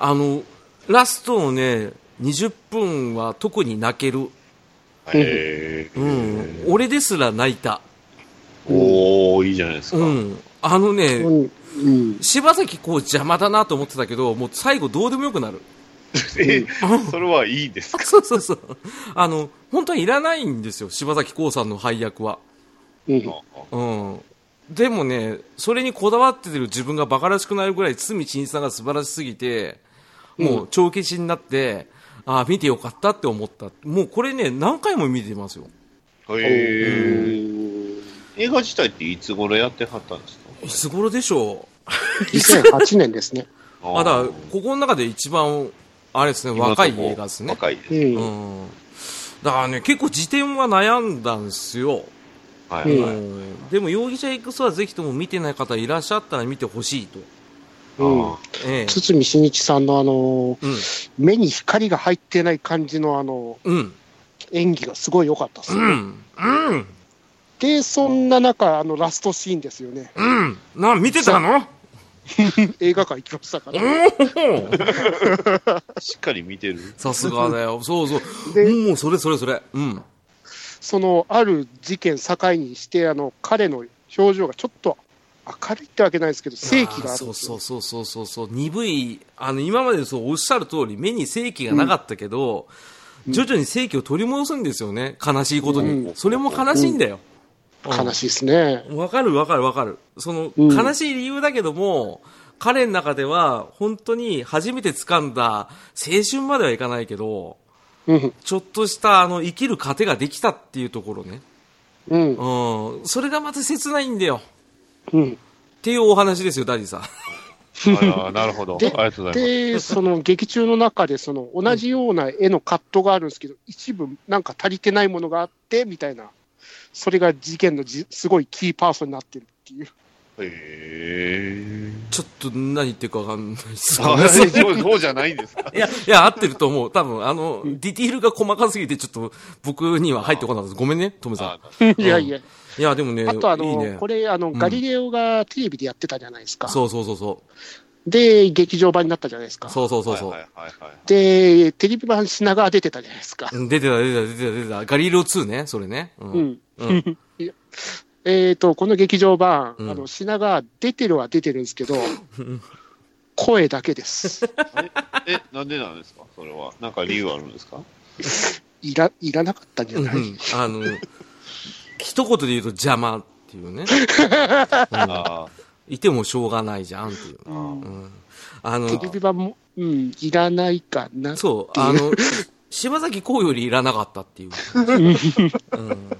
B: あの、ラストのね、20分は特に泣ける。
C: へえ。
B: うん。俺ですら泣いた。
C: おー、いいじゃないですか。
B: うん。あのね、
A: うんうん、
B: 柴崎こう邪魔だなと思ってたけど、もう最後どうでもよくなる。
C: え、それはいいですか
B: そうそうそう。あの、本当はいらないんですよ、柴崎ウさんの配役は。
A: うん
B: うん。でもね、それにこだわっててる自分が馬鹿らしくなるぐらい、堤真一さんが素晴らしすぎて、もう帳消しになって、ああ、見てよかったって思った。もうこれね、何回も見てますよ。
C: へえ。映画自体っていつ頃やってはったんですか
B: いつ頃でしょう。
A: 2008年ですね。
B: あ、だから
C: ー
B: ここの中で一番、あれですね、若い映画ですね。
C: 若いです
A: う
C: ね。
A: ん
B: うんだからね、結構辞典は悩んだんですよ。
C: はいは
B: う
C: い。
B: んでも、容疑者 X はぜひとも見てない方いらっしゃったら見てほしいと。
A: うん
C: あ
B: ええ
A: 堤真一さんのあの
B: うん。
A: 目に光が入ってない感じのあの
B: うん。
A: 演技がすごい良かったですね、
B: うん。うん。
A: でそんな中あのラストシーンですよね
B: うん。な、見てたの
A: 映画館行きましたから、
C: ーしっかり見てる。
B: さすがだよ。そうそう。
A: で
B: もう、それそれそれ。うん。
A: そのある事件境にしてあの彼の表情がちょっと明るいってわけないですけど正気が
B: あー
A: あるん
B: そう
A: です
B: そ
A: よ
B: うそうそうそうそう。鈍い、あの、今までそうおっしゃる通り、目に正気がなかったけど、徐々に正気を取り戻すんですよね。悲しいことに。
A: うん
B: それも悲しいんだよ。うん
A: 悲しいですね
B: わかるわかるわかる。その、
A: うん
B: 悲しい理由だけども、彼の中では、本当に初めて掴んだ、青春まではいかないけど、
A: うん
B: ちょっとした、あの、生きる糧ができたっていうところね。
A: うん
B: うん。それがまた切ないんだよ。
A: うん
B: っていうお話ですよ、ダディさん。
C: あら、なるほど。あ
A: で
C: りがとうござい
A: でその劇中の中でその同じような絵のカットがあるんですけど一部なんか足りてないものがあってみたいなそれが事件のじすごいキーパーソンになってるっていう
C: ます。へえ。
B: ちょっと何言ってるかわかんないです。
C: あそうそうじゃないんですか
B: いや、いや、合ってると思う。多分、あの、ディティールが細かすぎて、ちょっと、僕には入ってこなかったです。ごめんね、トムさ
C: あ
B: ん。
A: いやいや、
B: いや、でもね、
A: あとあの
B: いいね
A: こ。れあの、
B: ん
A: ガリレオがテレビでやってたじゃないですか、
B: そうそうそうそ
A: で、劇場版になったじゃないですか
B: う。、そうそうそうそう。
C: はいはいはいはい。
A: で、テレビ版、品川出てたじゃないですか、
B: うん出てた、出てた、出てた、出てた。ガリレオ2ね、それね。う。
A: うんん
B: うん。
A: えー、とこの劇場版、
B: うん
A: あの品川出てるは出てるんですけど、声だけ です。
C: え、なんでなんですかそれは。なんか理由あるんですか
A: いらいらなかったんじゃ
B: うん
A: ない、
B: あの、一言で言うと邪魔っていうね。
C: あ
B: いてもしょうがないじゃんっていう。
C: あー。
B: うん。あの
A: テ、レビ版も、うん、いらないかな。
B: そう、あの、柴崎ウよりいらなかったっていう。うん。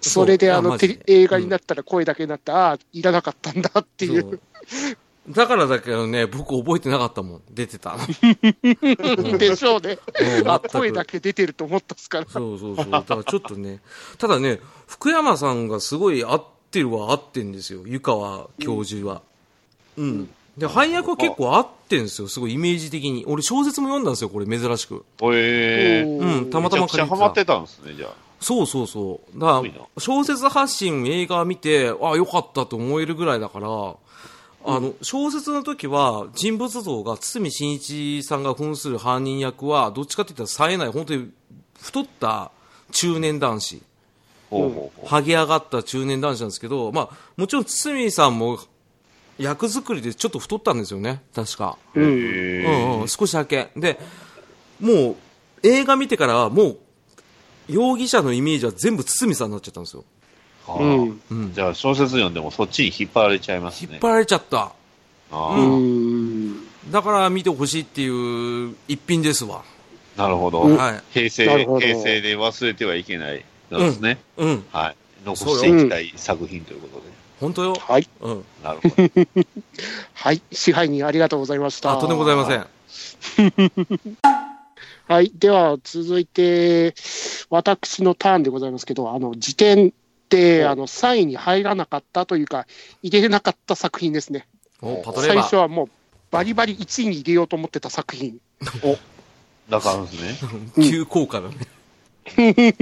A: それで、
B: そう
A: あ
B: あマ
A: の、
B: ジ
A: テ
B: で
A: レ映画になったら声だけになった、ああ、いらなかったんだってい
B: そうう。だからだけどね、僕覚えてなかったもん。出てたの。
A: でしょうね
B: 全。く
A: あ、声だけ出てると思ったっすから。
B: そうそうそう。だからちょっとね、ただね、福山さんがすごい合ってるは合ってんですよ。湯川教授は。うん。で、配役は結構合ってんですよ。すごいイメージ的に。俺小説も読んだんですよ、これ珍しく。
C: へえ。
A: おー
B: うん、たま
C: め
B: た
C: ちゃ
B: ま
C: くちゃ
B: 借り
C: ハ
B: て。
C: マったてたんですね、じゃあ。
B: そうそうそう。だか
C: ごい
B: ら
C: な、
B: 小説発信、映画見て、ああ、よかったと思えるぐらいだから、あの、小説の時は、人物像が、堤真一さんが扮する犯人役は、どっちかって言ったら冴えない、本当に太った中年男子。
C: ほうほうほ
B: 剥げ上がった中年男子なんですけど、まあ、もちろん堤さんも役作りでちょっと太ったんですよね、確か。
C: う。
B: う
C: へえ。
B: んうん、少しだけ。で、もう映画見てからはもう容疑者のイメージは全部堤さんになっちゃったんですよ。
C: あ
A: うん
C: ー。じゃあ小説読んでもそっちに引っ張られちゃいます
B: 引
C: ね
B: っ。張られちゃった。
C: あ
A: う
C: あ、
A: ん。
B: だから見てほしいっていう一品ですわ。
C: なるほど。
B: はい。
C: 平成、
A: なるほ
C: 平
A: ど
C: 成で忘れてはいけないなんですね。
B: うん、
C: はい。残していきたい作品ということで。
B: 本当よ。
A: はい。
B: うん。
C: なるほど。
A: はい。支配人ありがとうございました。
B: あ、とんでもございません。
A: はい。では、続いて、私のターンでございますけど、あの、辞典で、あの、3位に入らなかったというか、入れなかった作品ですね。
B: お、パトレー
A: 最
B: バ
A: 初
B: ー。
A: はもうバリバリ1位に入れようと思ってた作品。
C: だからですね。
B: 急降下だね。
A: え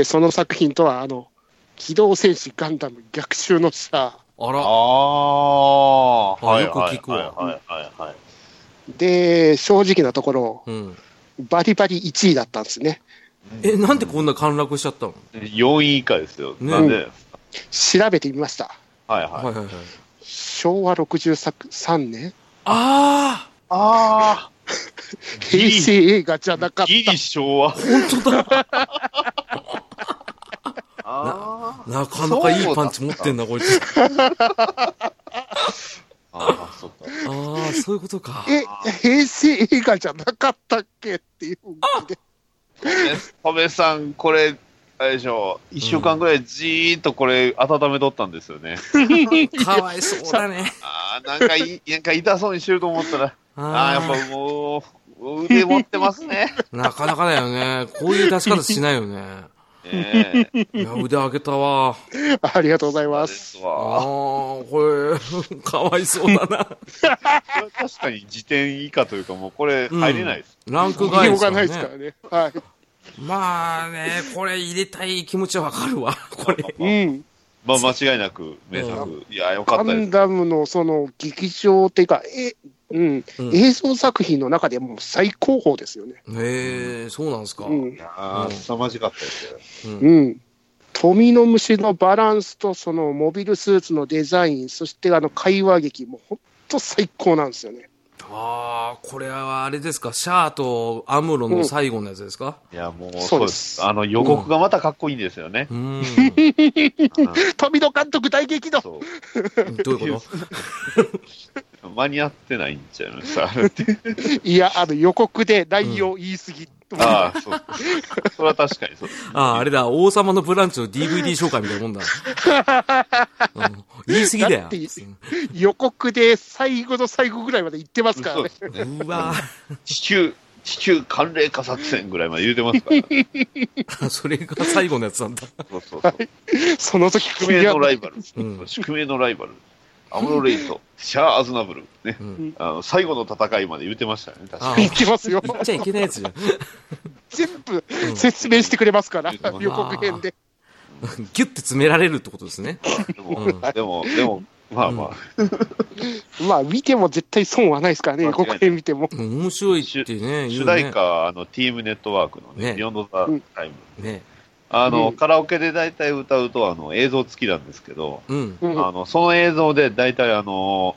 A: ーその作品とは、あの、機動戦士ガンダム逆襲のシャア。
B: あ
C: あ
B: ら、あ
C: あー、はい
B: よく聞くわ
C: はいはいはいはい。
A: で、正直なところ、
B: うん。
A: バリバリ1位だったんですね。
B: え、なんでこんな陥落しちゃったの
C: 4位以下ですよ。
B: ね
C: なんで、
A: 調べてみました。
C: はい
B: はいは
C: はいい。
B: はい。
A: 昭和63年、
B: あ
C: ああ、
A: 平成映画じゃなかっ
C: ギリ昭和。
B: あ、
C: あ
B: なかなかいいパンチ持ってんな、こいつ。
C: ーあー、そっか。
B: ああ、そういうことか
A: た。。え、平成映画じゃなかったっけっていう感じで。
C: 戸部さん、これ、あれでしょう、1週間ぐらいじーっとこれ、温めとったんですよね。
B: かわいそうだね。
C: ああ、なんかいい、なんか痛そうにしてると思ったら、あ
B: あ
C: あ、やっぱもう、腕持ってますね。
B: あ、なかなかだよね。こういう出し方しないよ ね。
C: ええ
B: いや、腕上げたわ。
A: ありがとうござい
C: で
A: ます。
C: す
B: ああ
C: わ。、
B: これ、かわいそうだ な。
C: これ 確かに時点以下というか、もうこれ、
B: うん
C: 入れないです。
B: ランク
A: 言い
B: 外
A: よ
B: で
A: う
B: すか
A: がな
B: ら
A: いですからね。は
B: ね。
A: い。
B: まあね、これ入れたい気持ちはわかるわ。これ。
A: うん。
C: まあ、間違いなく、名作。いや、よか
A: ガ
C: ったで
A: ン
C: す。
A: ダムのその劇場っていうか、え、うん、
B: うん
A: 映像作品の中でもう最高峰ですよね。
B: へえ、そうなんですか。
A: う
C: い
A: ん。
C: やー、凄まじかったですよ。
A: うん。富の虫のバランスとそのモビルスーツのデザイン、そしてあの会話劇も本当最高なんですよね。
B: ああ、これはあれですか、シャアとアムロの最後のやつですか
C: いや、もう、
A: そ
C: そうう
A: で
C: ですす。あの、予告がまたかっこいいんですよね。
B: うーん。
A: 富野監督大激怒
C: そ
B: どういうこ
C: う。 間に合ってないんちゃいました。 あれって
A: いや、あの予告で内容言い過ぎ。
C: ああ、そう。それは確かにそう。
B: とああ、あれだ、王様のブランチの DVD 紹介みたいなもん だ。うん言い過ぎだ
A: だ
B: よ
A: って。予告で最後の最後ぐらいまで言ってますから
C: そう
A: ね
C: で。すね。
B: うわ
C: 地球、地球寒冷化作戦ぐらいまで言うてますから、ね。
B: ーそれが最後のやつなんだ。
C: そうそうそう。
A: その時
C: 宿命のライバル。
B: うん
C: 宿命のライバル。アムロレイとシャア・アズナブル。ね。
B: ん
C: あの最後の戦いまで言うてましたよね。確
B: あ
C: か
B: あ、
A: 言
B: 言
A: ってますよ。
B: っちゃいけないやつじゃん。
A: 全部説明してくれますから、
C: 言ってます
A: 予告編で。
B: ギュッて詰められるってことですね。
C: に。でも、でも、でも、まあまあ、
A: まあ、見ても絶対損はないですからね、
C: 間
A: 予
C: 違いない
A: 告編見ても。
B: 面白いってね、言
C: 主
B: う
C: 題
B: ね。
C: 歌、あの、ティームネットワークのね、
B: ね
C: ビヨンド・ザ・タイム。
B: ね。
C: あの、
A: うん
C: カラオケで大体歌うと、あの、映像付きなんですけど、
B: うん。
A: うん
C: あの、その映像で大体あの、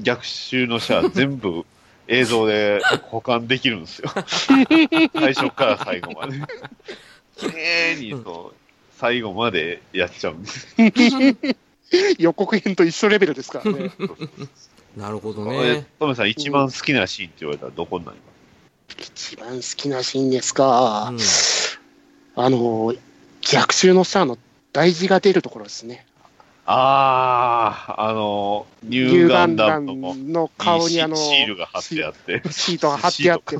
C: 逆襲のシャア 全部映像で保管できるんですよ。最初から最後まで。綺麗にそう、最後までやっちゃうんです。
A: 予告編と一緒レベルですからね。
B: なるほど
C: え
B: ね。
C: トムさん一番好きなシーンって言われたらどこになりま
A: 一番好きなシーンです
B: う
A: か
B: ん。。
A: あの、逆襲の下の大事が出るところですね。
C: すあー、あの、ニ
A: ニ
C: ュ
A: ュ
C: ー
A: ー
C: ガ
A: ガ
C: ン
A: ン
C: ダ
A: ダ
C: ムの
A: ムの顔にあの、
C: シールが貼ってあって。
A: シートが貼ってあって、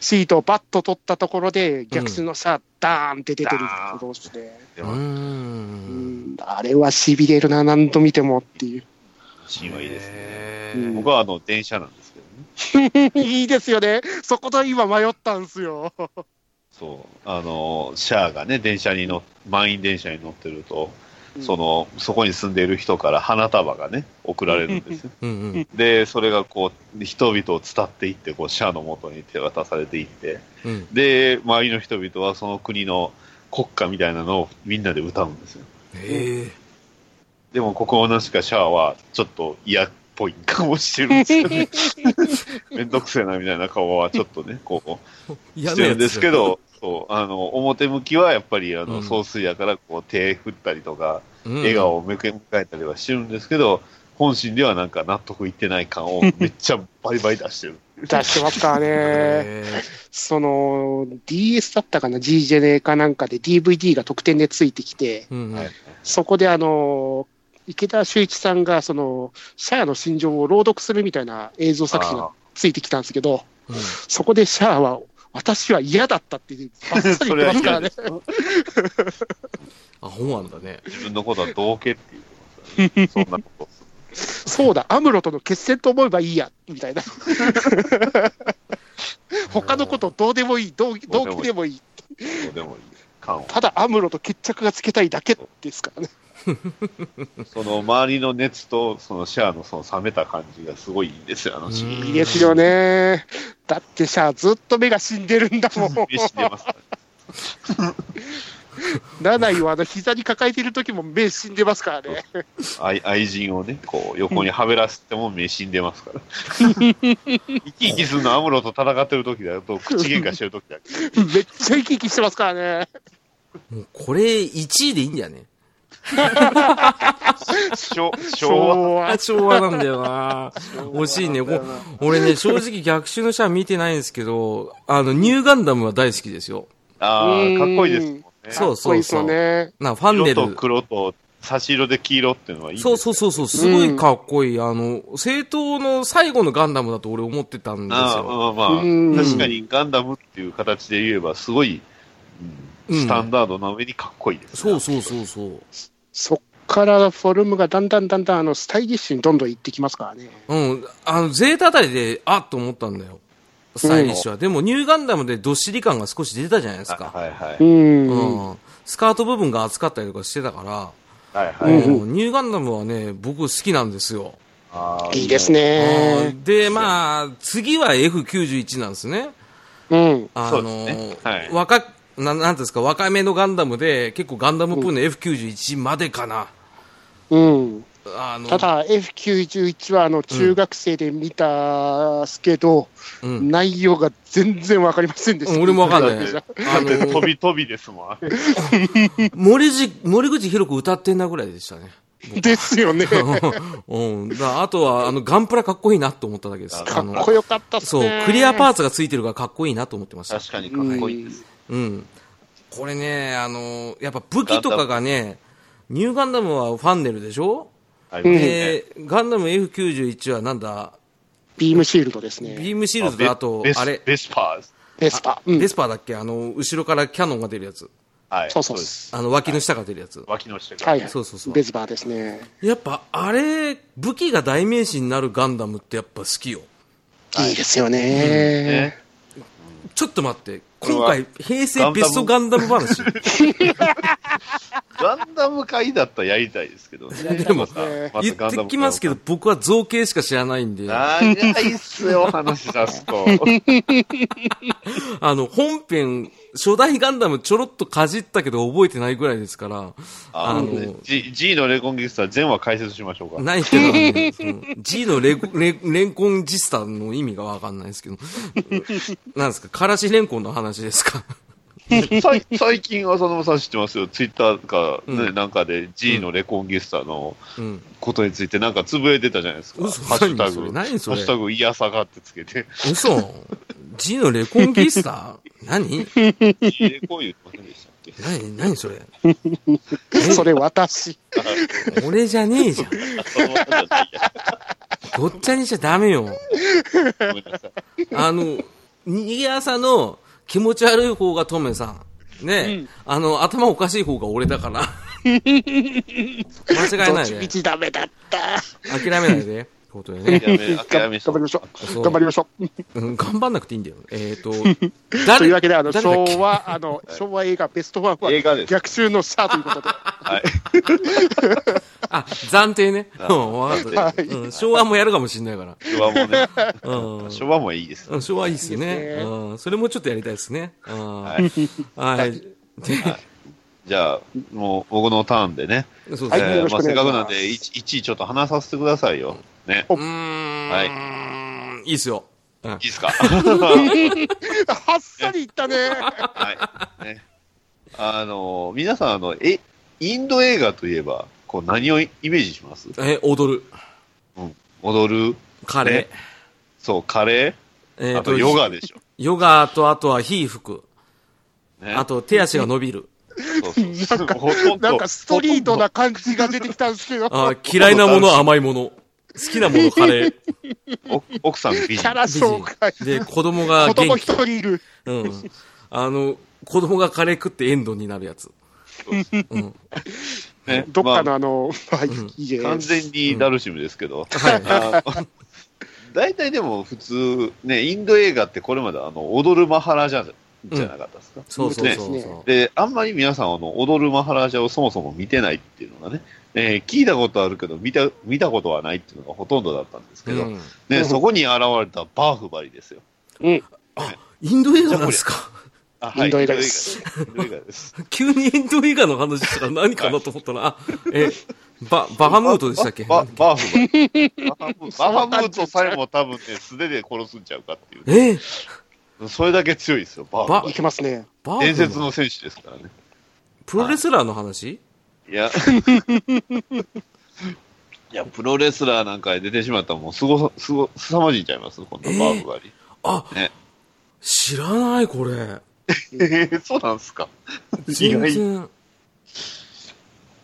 A: シートをバッと取ったところで、逆襲のさ、ダーンって出てるところですね。
C: で
B: う。
C: も
A: うんん、あれはしびれるな、何度見てもっていう。
C: シーンはいいですね。
A: うん
C: 僕はあの、電車なんですけどね。
A: いいですよね。そこで今迷ったんすよ。
C: そう、あの、シャアがね、電車に乗っ、満員電車に乗ってると、
A: うん
C: その、そこに住んでいる人から花束がね、送られるん ですよ。
B: うんうん。
C: で、それがこう、人々を伝っていって、こう、シャアの元に手渡されていって、
B: うん。
C: で、周りの人々はその国の国歌みたいなのをみんなで歌うんですよ。
B: へえ。
C: でも、ここのしかシャアは、ちょっと嫌っぽい顔をしてるんです よね。めんどくせえなみたいな顔は、ちょっとね、こう、
B: 嫌
C: して
B: なやつじゃ
C: るんで
B: ん
C: すけ。ど、そうあの表向きはやっぱりあ
B: う
C: の
B: ん
C: 総帥やからこう手振ったりとか、
B: うん
C: 笑顔を向け迎えたりはしてるんですけど、本心ではなんか納得いってない感 をめっちゃバリバリ出してる。
A: 出してますからね。
B: へ
A: その、DS だったかな、G ジェネかなんかで DVD が特典でついてきて、
B: ーうんうん
C: はい
A: そこであの、池田修一さんが、その、シャアの心情を朗読するみたいな映像作品がついてきたんですけど、
B: うん
A: そこでシャアは、私は嫌だったって、ばっさり言ってますからね。
B: あ、本あんだね。
C: 自分のことはどうけって言ってますよね。そんなこと。
A: そうだ、アムロとの決戦と思えばいいや、みたいな。他のことどうでもいい、どうどうでもいい。
C: どうでもいい。感を。
A: ただアムロと決着がつけたいだけですからね。
C: その周りの熱と、そのシャアのその冷めた感じがすごいいいんですよ、あのシーン。
A: いいですよね。だってシャアずっと目が死んでるんだもん。
C: 目死んでます。
A: ナナイはあの膝に抱えてる時も目死んでますからね。
C: 愛愛人をね、こう、横にはべらせても目死んでま すから。生き生きするのアムロと戦ってる時だと、口喧嘩してる時 だけ。
A: めっちゃ生き生きしてますからね。
B: もうこれ1位でいいんだよね。
C: 昭昭和。
A: 昭和
B: あ、昭和なんだよな 惜しいね。こ俺ね、正直逆襲のシャア見てないんですけど、あの、ニューガンダムは大好きですよ。
C: ああ、かっこいいですもんね。
B: そう
A: かっこいいですよね。
B: な、ファンネ
C: 色と
B: ル。
C: 黒と差し色で黄色っていうのはいいです
B: そ
C: ね、
B: うそうそうそう、すごいかっこいい。あの、正当の最後のガンダムだと俺思ってたんです
C: ああ
B: よ。
C: まあまあ、
A: うん
C: 確かにガンダムっていう形で言えば、すごい、うん
B: うん
C: スタンダードな上にかっこいいです、
B: そうそうそうそう。
A: そっからフォルムがだんだんだんだんあのスタイリッシュにどんどんいってきますからね。
B: うん、あの、ゼータあたりで、あっと思ったんだよ。スタイリッシュは。でも、ニューガンダムでどっしり感が少し出てたじゃないです
C: あ
B: か。
C: はいはい。
A: うん。
B: うん。スカート部分が厚かったりとかしてたから、
C: はいは
B: う
C: い。
B: んニューガンダムはね、僕好きなんですよ。
C: あー
A: いいです。ね。
B: うんで、まあ、次は F91 なんですね。
A: うん。
B: あ
C: そ
B: の
C: うですねはい
B: 若ななんていうんですか、若めのガンダムで、結構ガンダムっぽいの F91 までかな。
A: うん。
B: あの
A: ただ F91 はあの中学生で見たっすけど、
B: うん
A: 内容が全然わかりませんでし
B: う
A: た。
B: ん俺もわかんない
A: びっくりしまし
C: だって飛び飛びですもん。あれ
B: 森口森口博子歌ってんなぐらいでしたね。
A: たですよね。か
B: うん、だあとは、あの、ガンプラかっこいいなと思っただけです。あ
A: っ
B: の
A: こよかったっす
B: そう
A: ね。、
B: クリアパーツがついてるからかっこいいなと思ってました。
C: 確かにかっこいいです。
B: うん。これね、あの、やっぱ武器とかがね、ニューガンダムはファンネルでしょ
C: はい。
B: で、ガンダム F91 はなんだ、
A: ビームシールドですね。
B: ビームシールドとあと
C: ベ、ス
B: あれ、
C: ベスパーズ。
A: ベスパ。 うん
B: ベ。スパーだっけあの、後ろからキャノンが出るやつ。
C: はい。
A: そうそう
C: で。
A: ですす。
B: あの、脇の下が出るやつ。
C: 脇の下が。
A: はいはい。
B: そうそうそう
A: ベスバーですね。
B: やっぱ、あれ、武器が代名詞になるガンダムってやっぱ好きよ。
A: いいですよね
C: ね。
B: ちょっと待って、
C: れ
B: 今
C: は
B: 回、平成ベストガンダム話。
C: ガンダム会だったらやりたいですけどね。
B: でも
C: またま
B: 言
C: たガンダム会
B: ってきますけど、僕は造形しか知らないんで、あ
C: 長いっすよ、話出す と。
B: の、本編、初代ガンダムちょろっとかじったけど覚えてないぐらいですから、
C: あ
B: あ
C: のね
B: の、、
C: G G のレコンギスタ全話解説しましょうか。
B: ないけどね、その G のレレレンコ ンジスタの意味がわかんないですけど、なんですか、からしレンコンの話ですか。
C: 最最近、浅沼さん知ってますよ、ツイッターか、ねなんかで G のレコンギスタの
B: うん。
C: ことについて、なんかつぶえてたじゃないですか、
B: 嘘
C: ハッシュタ
B: 何それ
C: グ、
B: 何そ
C: ハ
B: れ
C: ッシュタグ、いやさがってつけて、
B: 嘘 ?G のレコンギスタ何
C: G レコン言ってませんでしたっけ
B: 何何それ
A: それ私。
B: 俺じゃねえじゃん。
C: 浅沼さんじゃないや
B: ごっちゃにしちゃダメよ。
C: ごめんなさい
B: あの、逃げ朝の気持ち悪い方がトメさん。ね、あの、頭おかしい方が俺だから。間違え
A: どっ
B: ない
A: ち
B: で
A: み。ちダメだった。
B: 諦めないで。ってことで ね。
C: やめ諦
A: 頑
C: め
A: 張
C: しょ
A: り
C: う
A: ましょ
B: そう
A: う。頑張りましょう。
B: うん頑張んなくていいんだよ。え っ、と、
A: というわけで、あの、
B: 誰だっ
A: 昭
B: け
A: 和、あの、昭和映画ベストワンは
C: 映画です
A: 逆襲のシャアという ことで。
C: はい、
B: あ、暫 定ね。うん、わかった、
C: はい
B: うん昭和もやるかもしんないから。
C: 昭和もね、
B: うん
C: 昭和もいいです、
B: うん。昭和いいっすよ
A: いいで
B: ね。
A: すね
B: うん。それもちょっとやりたいですね。うん。は。
C: はいい、
B: で、
C: じゃあ、もう僕のターンでね、
B: そう
A: は
B: で
A: い
B: すね。
C: え
A: よ
C: ー
A: ろしく
C: ま
A: お
C: あ、
A: 願
C: せ
A: い
C: っ
A: します
C: かくなんで、1位ちょっと話させてくださいよ、ね、
B: うーん。
C: はい
B: い。いっすよ。うん
C: いいですか。
A: はっさりいったね。
C: はい。ね、あの、皆さん、あの、え、インド映画といえば、こう、何をイメージします
B: え、踊る。
C: 踊る、
B: カレ
C: ねそう、カレ
B: ー。え
C: ー、
B: ー
C: あとヨガでしょ。
B: ヨガと、あとは火吹く。
C: ね、
B: あ、と手足が伸びる。
C: そうそう
A: なんか
C: ほとんど
A: なんかストリート
C: ほ
A: な感じが出てきたんですけど、
B: あー嫌いなも のは甘いもの。好きなものカレー。
C: とんど奥奥さん美
A: キ
C: 人
A: ャ。ラ
B: 美
A: 紹介。
B: 人。で、子供が
A: 子供
B: 元
A: 一
B: 気。
A: 人いる。
B: うん。あの、子供がカレー食ってエンドになるやつ。うん。
C: ね
A: どっか
C: ま
A: のあの、はい、
B: うん
A: いいえ
C: あ完全にダルシムですけど、あの大体でも普通、ね、インド映画ってこれまであの踊るマハラジャじゃなかったですか。
B: そうそうそうそ
C: で、あんまり皆さん、あの、踊るマハラジャをそもそも見てないっていうのがね、えー聞いたことあるけど、見た、見たことはないっていうのがほとんどだったんです
B: う。
C: けど、
B: うん
A: う
C: ね、
A: ん
C: そこに現れたバーフバリですよ。
B: インド映画なんですか
C: あ、
A: インド映画です。
C: インド映画です。
B: 急にインド映画の話したら何かなと思ったら、あ、え、バ、バハムートでしたっけ
C: ババーフバリ。バハムバハムートさえも多分ね、素手で殺すんちゃうかってい
B: え、
C: う。それだけ強いですよ、バーフバ
A: い
C: リ。
A: けますね。
B: バ
C: 伝
B: ー
C: 説
B: フの
C: の選手ですからね。
B: プロレスラーの話
C: いや。いや、プロレスラーなんかに出てしまったらもうすご、すご、すさまじいちゃいます、こんなバーフバリ。
B: あ、
C: ね
B: 知らない、これ。
C: えー、そうなんすか。意
B: 全
C: 外。
B: 然。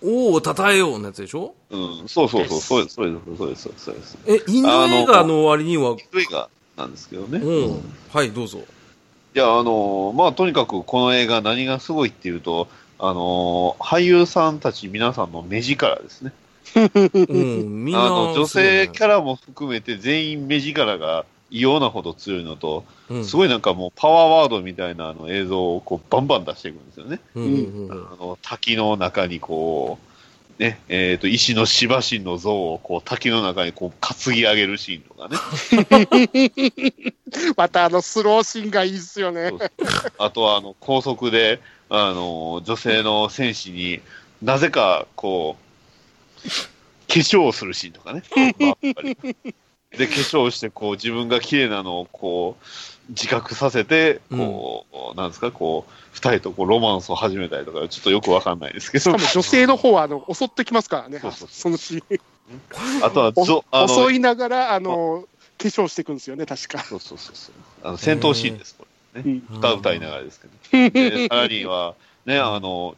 B: 王を称えようのやつでしょ
C: うん、そうそうそう、そうです、そうです、そうです、そうですそうです。
B: え、インド映画の割には、
C: 映画なんですけどね。
B: う
C: い
B: ん。はい、どうぞ。
C: や、あのーまあ、とにかくこの映画何がすごいっていうと、あのー俳優さんたち皆さんの目力ですね。
B: うん、みんな
C: あの、女
B: すごいね、
C: 性キャラも含めて全員目力が異様なほど強いのと、
B: うん
C: すごいなんかもうパワーワードみたいなあの映像をこうバンバン出していくんですよね。
B: うんうんうん
C: あの滝の中にこう、ね、えっ、と、石のしばしの像をこう滝の中にこう担ぎ上げるシーンとかね。
A: またあのスローシーンがいいっすよね
C: そ。うそうあとはあの高速で、あの、女性の戦士になぜかこう、化粧をするシーンと かね。やっぱりで、化粧してこう自分が綺麗なのをこう、自覚させて、こう、なんですか、こう、二人とこうロマンスを始めたりとか、ちょっとよくわかんないですけ
A: し
C: ど
A: かも、女性の方はあの襲ってきますからね
C: そうそう、
A: そのシーン。
C: あとは
A: お
C: ぞ、あの、
A: 襲いながら、あの、化粧していくんですよね、確か。
C: そうそうそうそう。あの戦闘シーンです、これ。ね。
B: うん
C: 歌歌いながらですけど。で、さらには、ね、あの、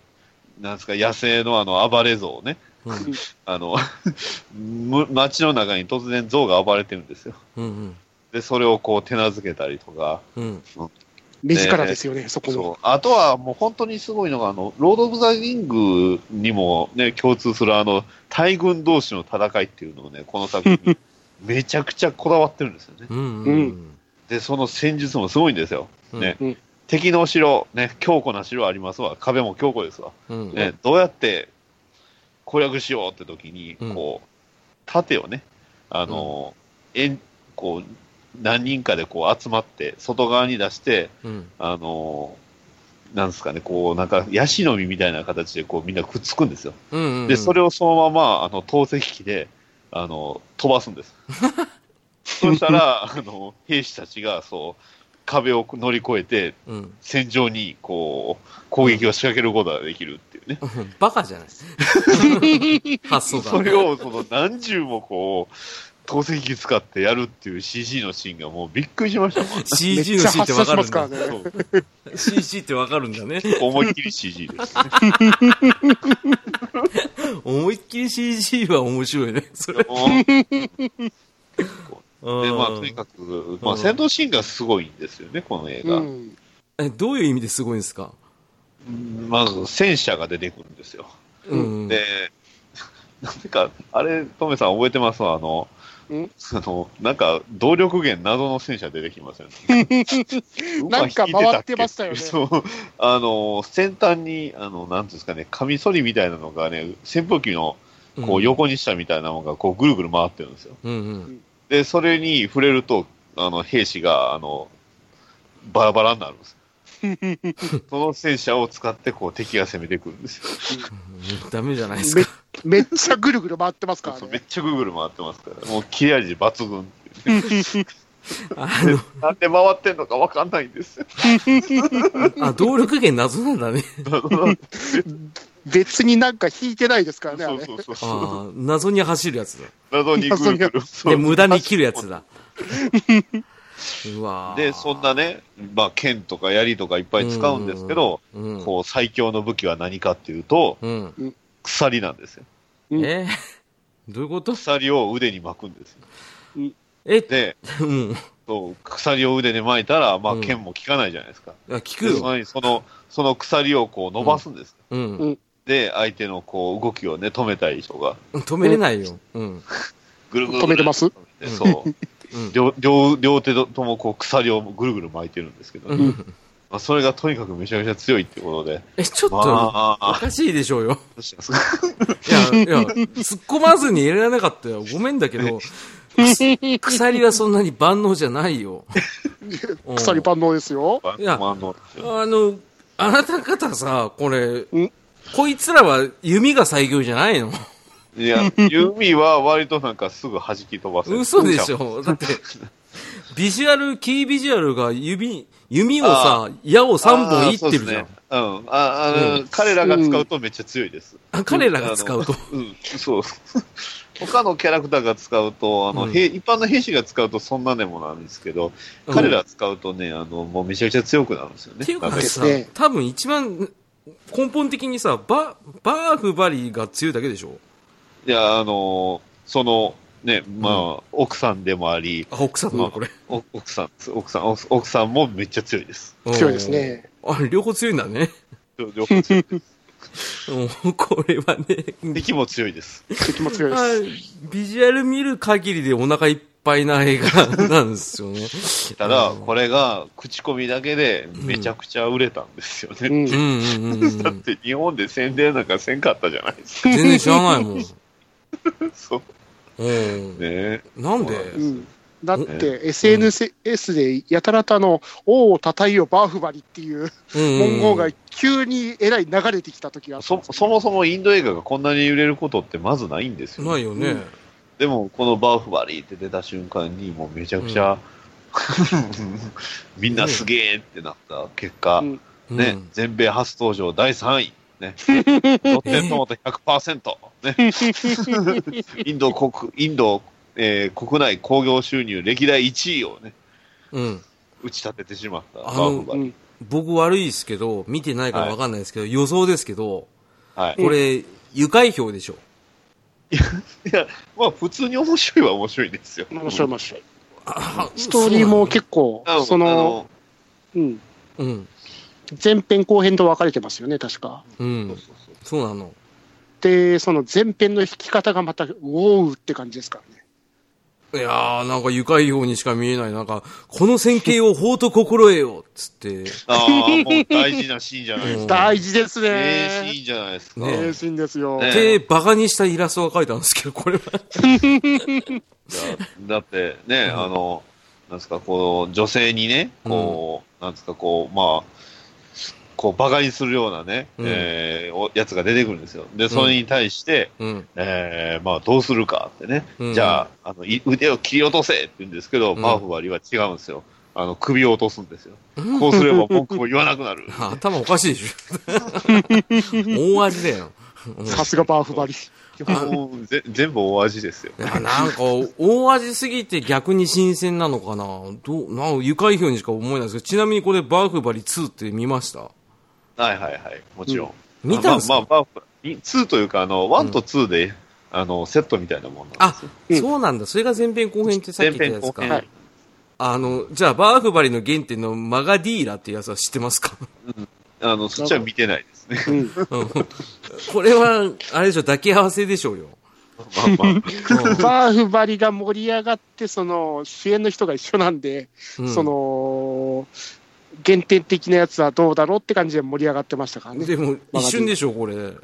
C: なんですか、野生のあの、暴れ象ね。
B: うん
C: あの、 む街の中に突然象が暴れてるんですよ。
B: うん
C: で、それをこう手なずけたりとか。
B: うんうん
A: 目力ですよね、そこの。
C: そう。あとはもう本当にすごいのが、あの、ロード・オブ・ザ・リングにもね、共通するあの、大軍同士の戦いっていうのをね、この作品、めちゃくちゃこだわってるんですよね。
B: うんうん
C: で、その戦術もすごいんですよ。
B: うん
C: ね、
A: うん
C: 敵の城、ね、強固な城ありますわ、壁も強固ですわ、
B: うん
C: ね、どうやって攻略しようって時に、
B: うん
C: こう、盾をね、あの、えんこう、何人かでこう集まって、外側に出して、
B: うん
C: あの、なんですかね、こう、なんか、ヤシの実みたいな形で、こう、みんなくっつくんですよ。
B: うん
C: で、そ
B: れ
C: れをそのまま、あの、投石機で、あの、飛ばすん です。そしたら、あの、兵士たちが、そう、壁を乗り越えて、
B: うん
C: 戦場に、こう、攻撃を仕掛けることができるっていうね。
B: うん バカじゃない 発想
C: そ
B: が
C: れを、その、何十もこう、投石機使ってやるっていう CG のシーンが、もうびっくりしましたもん
A: めっ
B: CG
A: ち
B: の
A: ゃ
B: C って
A: 発
B: わ
A: 射
B: か
A: しま
B: るん
A: すから
B: だ
A: ね。
C: そう
B: CG ってわかるんだね
C: 思いっきり CG です。
B: 思いっきり CG は面白いねそれ
C: もう
B: うん
C: で、まあ、とにかく、まあ、戦闘シーンがすごいんですよね、この映
A: う
C: 画。
A: ん。
B: えどういう意味ですごいんですか
C: まず、戦車が出てくるんですよ。
B: うん
C: で、なんか、あれ、トメさん覚えてますわあの
A: ん、
C: その、なんか、動力源謎の戦車出てきません、
A: なんか回ってましたよね
C: そう。あの、先端に、あの、なんていうんですかね、カミソリみたいなのがね、扇風機の、こう、横にしたみたいなのが、こう、ぐるぐる回ってるんですよ。
B: うんうん
C: で、それに触れると、あの、兵士が、あの、バラバラになるん です。その戦車を使って、こう、敵が攻めてくるんですよ。
B: うんダメじゃないです
A: め
B: か
A: めっちゃぐるぐる回ってますから
C: そうめっ
A: ね。
C: ちゃぐるぐる回ってますから、もう切れ味抜群。
B: あの
C: なんで回ってんのかわかんないんですよ。
B: あ動力源謎なんだね
A: 別になんか引いてないですからね、あ
C: そう
A: れ。
C: そうそう。
B: ああ謎に走るやつだ
C: 謎にぐるぐる。そ
B: で
C: う
B: 無駄に切るやつだうわー
C: で、そんなね、まあ、剣とか槍とかいっぱい使うんですけど、
B: うん
C: こう、最強の武器は何かっていうと、
B: うん
C: 鎖なんですよ。
A: うん
B: えーどういうこと
C: 鎖を腕に巻くんですよ。
B: え
C: で、
B: うん
C: そう鎖を腕で巻いたら、まあ、
B: うん
C: 剣も効かないじゃないですか。
B: あ聞く
C: でそ
B: よ
C: のそのその鎖をこう伸ばすんです、
B: うん
A: うん
C: で、相手のこう動きをね、止めたい人が、
B: 止めれないよ。うん。
C: ぐるぐる
A: 止めてます
C: てそう。
B: うん
C: 両両両手ともこう鎖をぐるぐる巻いてるんですけど、
B: う
C: ま
B: ん。
C: あ、それがとにかくめちゃめちゃ強いっていうことで、
B: え、ちょっと、
C: ま
B: お
C: あ、
B: かしいでしょうよ。
C: そ
B: いや、いや、突っ込まずに入れられなかったよ。ごめんだけど、く鎖はそんなに万能じゃないよ。うん
A: 鎖万能ですよ。
B: いや
C: まああの
B: あの、あなた方さ、これ
A: ん、
B: こいつらは弓が最強じゃないの
C: いや、弓は割となんかすぐ弾き飛ばせる。
B: 嘘でしょだって、ビジュアル、キービジュアルが指、弓をさ、矢を3
C: あ
B: 本
C: ー
B: いってるじゃん。
C: そうですねうん。あ、あの、
B: う
C: 彼らが使うとめっちゃ強いです。
B: あ彼らが使うと
C: あ。の。うん、そう。他のキャラクターが使うと、あの、
B: うん
C: 兵一般の兵士が使うとそんなでもなんですけど、彼ら使うとね、あの、もうめちゃくちゃ強くなるんですよね。
B: っていうか
C: なん
B: さ
A: ですね、
B: 多分一番根本的にさ、バ、バーフバリが強いだけでしょ
C: いや、あの、その、ね、まあ、奥さんでもあり、
B: あ、奥さん
C: ま
B: の
C: あ
B: これ。
C: お奥さん、奥さん、奥奥さんもめっちゃ強いです。
A: 強いですね。
B: うん。あ、両方強いんだね。
C: 両方強いです
B: うんこれはね、
C: 敵も強いです。
A: 敵も強い
B: まあ
A: です。
B: ビジュアル見る限りでお腹いっぱいな映画なんですよね。
C: たら、これが口コミだけでめちゃくちゃ売れたんですよね。
A: うん
B: う。んうんうんうん。
C: だって日本で宣伝なんかせんかったじゃないですか。
B: 全然知らないもん。
C: そう
B: うん。
C: ね。
B: なんで
A: うんだって、SNS でやたらとあの王を叩いよバーフバリっていう文
B: 文
A: 言が急にえらい流れてきた時があったん
C: そ
A: ですよ
C: そもそもインド映画がこんなに売れることってまずないんですよ、
B: ないよね。
C: でも、このバーフバリーって出た瞬間に、もうめちゃくちゃ、 みんなすげえってなった結果、
A: うん
B: うん
C: ね、全米初登場第3位。 ね。ロッテントマト100%。ね。インド国、インド、えー国内興行収入歴代1位をね、
B: うん。
C: 打ち立ててしまった。バ
B: あの
C: ーフバリー。
A: うん
B: 僕悪いですけど、見てないからわかんないですけど、予想ですけど、
C: はい。
B: これ、愉快票でしょ。
C: いや、まあ普通に面白いは面白いんですよ。
A: 面白い面白い。
B: あ
A: ストーリーも結構
C: あ、
A: そ
C: あ
A: の、うん、
B: うん。
A: 前編後編と分かれてますよね、確か。
B: う。
C: そうんそうそう
B: そうなの。
A: で、その前編の引き方がまた、ウォーって感じですからね。
B: いやー、なんか愉快票にしか見えない。なんか、この戦形を法と心得よっつって。
C: ああ、もう大事なシーンじゃないです
B: うん
C: か。
A: 大事です
C: 名
A: ね
C: シ。ーンじゃないですか。
B: ね
A: 名シーンですよ。
C: ね
B: で、バカにしたイラストが書いたんですけど、これは。
C: いやだってね、
B: うん
C: あの、なんですか、こう、女性にね、こう、なんですか、こう、まあ、こう、馬鹿にするようなね、
B: うん
C: えーおやつが出てくるんですよ。で、それに対して、
B: うん。
C: えーまあ、どうするかってね、
B: うん
C: じゃあ、あの、い腕を切り落とせって言うんですけど、
B: うん
C: バーフバリは違うんですよ。あの、首を落とすんですよ。こうすれば文句も言わな くなる。
B: 頭おかしいでしょ。 大味だよ。うん
A: さすがバーフバリ。
C: 基本ぜ全部大味ですよ。
B: いやなんか、大味すぎて逆に新鮮なのかなどう、なんか愉快表にしか思えないですけど、ちなみにこれバーフバリ2って見ました
C: はいはいはい、もちろん。
B: 見たんすか、
C: まあまあ、まあ、に2というか、あの、1と2で、あの、セットみたいなもんなん
B: あ
C: ですよ。、
A: うん
B: そうなんだ。それが前編後編ってさっき言ったやつ
C: 前
B: か。
C: 編
A: は
C: 後
A: い
C: 編。
B: あの、じゃあ、バーフバリの原点のマガディーラっていうやつは知ってますか
C: あの、そっちは見てないですね。
A: うん
B: うんこれは、あれでしょ、抱き合わせでしょうよ。
C: まあま
A: バーフバリが盛り上がって、その主演の人が一緒なんで、
B: うん
A: その限定的なやつはどうだろうって感じで盛り上がってましたからね。
B: でも、一瞬でしょ、これ。こ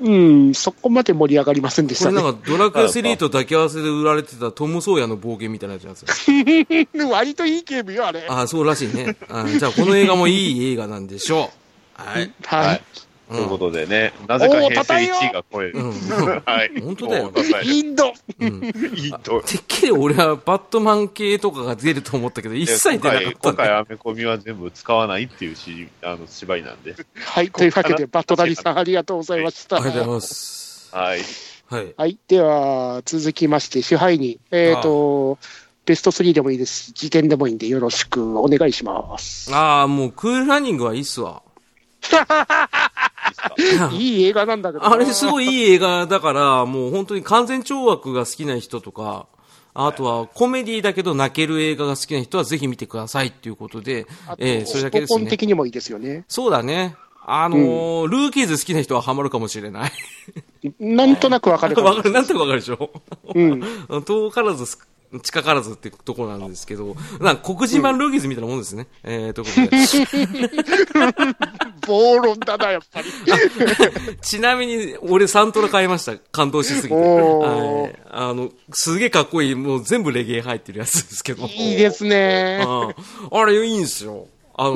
A: うん、そこまで盛り上がりませんでし
B: れ
A: た
B: な
A: ね。
B: んか、ドラクエ3と抱き合わせで売られてたトム・ソーヤの冒険みたいなやつなんです よ。
A: 割といいゲームよ、あれ。
B: ああ、そうらしいね。あーじゃあ、この映画もいい映画なんでしょう。はい。
C: あ、は。
A: はい
C: ということでね、なぜか
A: おー
C: 平成
A: 叩いよ
C: 1位が超える。
B: うん
C: はい。
B: 本当だよ
C: おー叩い
A: い。インド、
B: うん
C: るいいと。
B: てっきり俺はバットマン系とかが出ると思ったけど、一切出な かっ
C: 今回、今
B: たね。
C: 回アメコミは全部使わないっていうし、あの、芝居なんで。
A: はい、というわけで、バットダリさん、ありがとうございました。
B: ありがとうございます。
C: はい。
B: はい。
A: はい、では、続きまして、支配人、えっ、と、ベスト3でもいいですし、時点でもいいんで、よろしくお願いします。
B: ああ、もうクールランニングはいいっすわ。
A: いい映画なんだけどな、
B: あれすごいいい映画だから、もう本当に完全懲悪が好きな人とか、あとはコメディだけど泣ける映画が好きな人はぜひ見てくださいっていうことで
A: あ、と
B: えーそれだけです
A: スポコン
B: ね。
A: 的にもいいですよね。
B: そうだね。あのールーキーズ好きな人はハマるかもしれない。
A: なんと なくわかるかも
B: わかる、なんとなくわかるでしょ
A: うん。
B: 遠からず、近からずってところなんですけど、なんか黒人版ルーキーズみたいなもんですね。えー、ということで。
A: 暴論だな、やっぱり。
B: ちなみに、俺サントラ買いました。感動しすぎて。
A: おー
B: はい。あの、すげえかっこいい、もう全部レゲエ入ってるやつですけど。
A: いいですね。
B: うんあれいいんですよ。あの、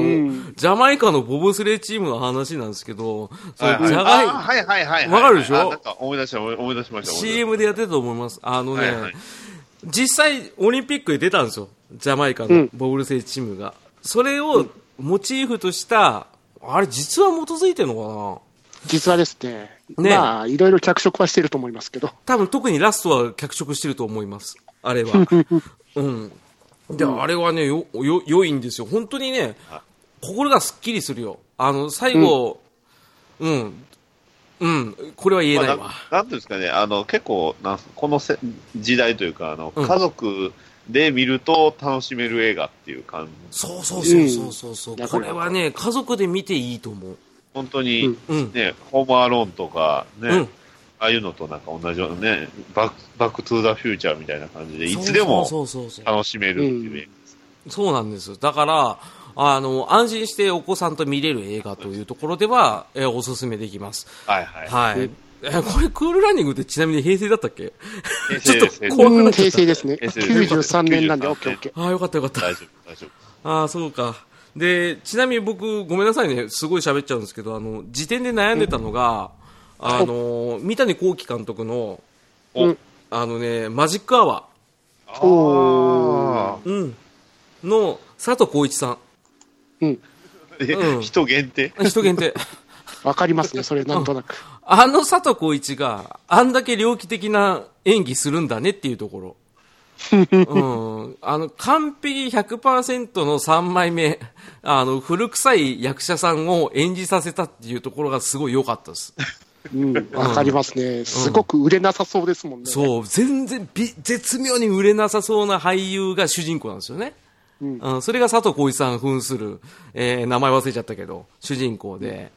B: ジャマイカのボブスレーチームの話なんですけど、その
C: はいはい
B: ジャ
C: あ
B: ガイ、
C: はいはいはいはい。
B: わかるでしょ
C: あなんか思い出した、思い出しました。思い出し
B: CM でやってたと思います。あのね、
C: はいはい
B: 実際オリンピックで出たんですよ。ジャマイカのボブルセーチームが。それをモチーフとした、あれ実は基づいてるのかな
A: 実はですね。
B: ね
A: まあ、いろいろ脚色はしてると思いますけど。
B: 多分特にラストは脚色してると思います。あれは。うん。で、あれはね、よ、よ、良いんですよ。本当にね、心がすっきりするよ。あの、最後、うん、うん、これは言え
C: まあ
B: な
C: ないん
B: わ。
C: なんていうんですかね、あの結構なんす、このせ時代というかあの、
B: うん
C: 家族で見ると楽しめる映画っていう感じ、
B: そうそうそうそうそうそう、
A: うん
B: これはね、家族で見ていいと思う。
C: 本当に、
B: うん
C: ね、ホームアローンとか、ね
B: うん
C: ああいうのとなんか同じようなね、バックバックトゥーザフューチャーみたいな感じで、いつでも
B: そうそうそうそう
C: 楽しめるっていう映画です。
B: そうなんですよだからあの安心してお子さんと見れる映画というところでは、えーおすすめできます
C: はいはい。
B: はい、えーこれクールランニングってちなみに平成だったっけ
C: 平
B: ち
C: 成
B: ょっ
C: で
B: と
C: す平成
B: 怖くなっちゃ
A: 平
B: った
A: 成ですね。
C: 平成です
A: 93年なんで、
C: 93
A: オッケーオッケー。
B: ああよかったよかった
C: 大丈夫、大丈夫。
B: ああ、そうか。で、ちなみに僕、ごめんなさいね、すごい喋っちゃうんですけど、あの、時点で悩んでたのが、あの、三谷幸喜監督の、
C: お、
A: うん
B: あのね、マジックアワ
A: お
B: ー、
C: あ
B: うん、の佐藤浩市さん。
A: うん。
C: ーで
B: うん
C: 人限定
B: 人限定。
A: わかりますね、それ、なんとなく。
B: あの佐藤浩市があんだけ猟奇的な演技するんだねっていうとこ ろ。うん、あの完璧100%の3枚目あの古臭い役者さんを演じさせたっていうところがすごい良かったです
A: うん、わかりますね。すごく売れなさそうですもんね。
B: そう、全然び、絶妙に売れなさそうな俳優が主人公なんですよね。うんそれが佐藤浩市さん扮する、えー名前忘れちゃったけど、主人公で。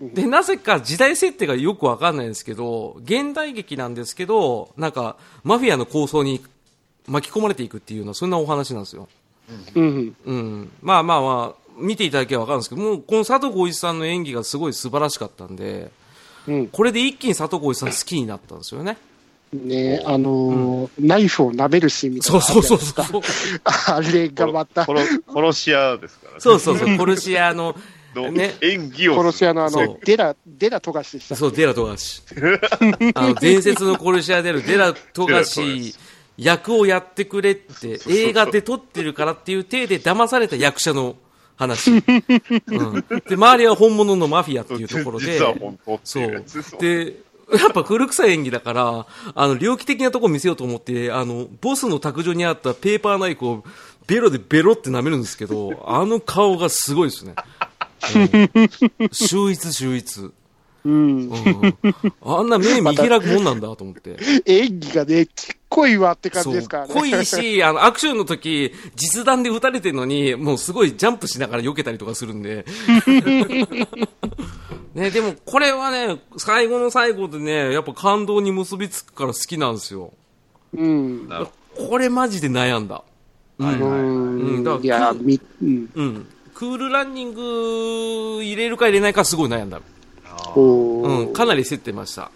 B: で、なぜか時代設定がよくわかんないんですけど、現代劇なんですけど、なんか、マフィアの構想に巻き込まれていくっていうのは、そんなお話なんですよ。
A: う。うん。
B: うん、まあまあまあ、見ていただけばわかるんですけど、もうこの佐藤浩市さんの演技がすごい素晴らしかったんで、
A: うん
B: これで一気に佐藤浩市さん好きになったんですよね。
A: ねあのーナイフを舐めるシーンみたい
B: そ
A: な
B: う
A: のあ
B: そ
A: る
B: う
A: じゃないですか。あ
B: そうそう。
A: れがまた、
C: 殺殺し屋ですからね。
B: そうそう そう、コルシアの、
C: の
B: ね、
C: 演技を
A: 殺し屋のあ
B: そ
A: の
B: う、
A: デラ、デラ富樫でした。
B: そう、デラトガ シ。あの、伝説のコルシアであるデラトガシ役をやってくれって、映画で撮ってるからっていう体で騙された役者の話。うん、で、周りは本物のマフィアっていうところで
C: 実は本当っ、て
B: そ
C: いうや
B: う
C: つそう。
B: で、やっぱ古臭い演技だから、あの、猟奇的なとこ見せようと思って、あの、ボスの卓上にあったペーパーナイフをベロでベロって舐めるんですけど、あの顔がすごいですね。うん、秀逸秀逸。
A: うん。
B: うんあんな目見開くもんなんだと思って。
A: 演技がね、ちっこいわって感じ
B: そう
A: ですからね。
B: 濃 いし、あの、アクションの時、実弾で撃たれてるのに、もうすごいジャンプしながら避けたりとかするんで。 ね、でもこれはね、最後の最後でね、やっぱ感動に結びつくから好きなんですよ。
A: うん。
C: なるほ
B: これマジで悩んだ。
C: どはいはい
B: うんだから
A: うん。いや、み、うん。
B: うん。クールランニング入れるか入れないかすごい悩んだ。
A: お
B: う
A: ー
B: ん、かなり競ってました。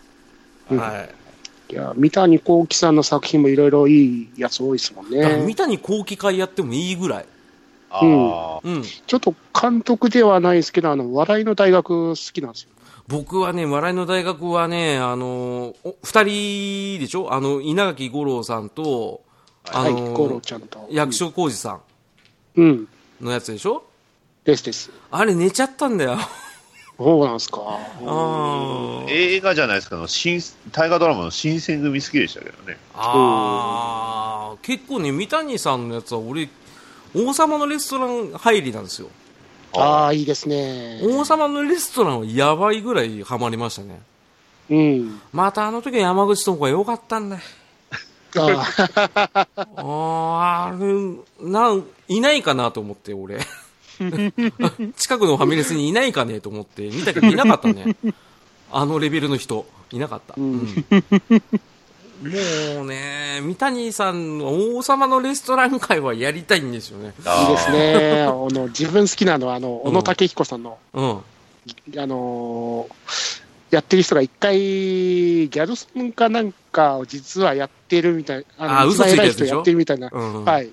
B: はい。
A: いや、三谷幸喜さんの作品もいろいろいいやつ多いですもん
B: だから
A: ね
B: 三。谷幸喜会やってもいいぐらい。
C: あー
B: うん。
A: ちょっと監督ではないですけど、あの、笑いの大学好きなんですよ。
B: 僕はね、笑いの大学はね、あの、お二人でしょあの、稲垣吾郎さんと、あ
A: はい、
B: の、
A: 五郎ちゃんと。
B: 役所広司さ
A: うん。
B: んのやつでしょ
A: ですです。
B: あれ寝ちゃったん だよ。
A: そうなんですか。
B: あー
C: 映画じゃないですかあの新、大河ドラマの新選組好きでしたけどね。
B: あー結構ね、三谷さんのやつは俺、王様のレストラン入りなんですよ。
A: ああ、いいですね。
B: 王様のレストランはやばいぐらいハマりましたね。
A: うん。
B: またあの時は山口智子が良かったんだよ。
A: あ
B: あーあれ、なん、いないかなと思って、俺。 近くのファミレスにいないかねと思って見たけどいなかったね。あのレベルの人、いなかった。うんもうね、三谷さんの王様のレストラン会はやりたいんですよね。
A: いいですね。あの自分好きなのはあの小野武彦さんの、
B: うん。
A: あのーやってる人が一回ギャルソンかなんかを実はやってるみたいな、
B: あ
A: の
B: 嘘つ
A: 一
B: いた
A: 番偉
B: や
A: い
B: つ
A: 人
B: でしょ
A: やってるみたいな、
B: うんうん
A: はい
B: はい。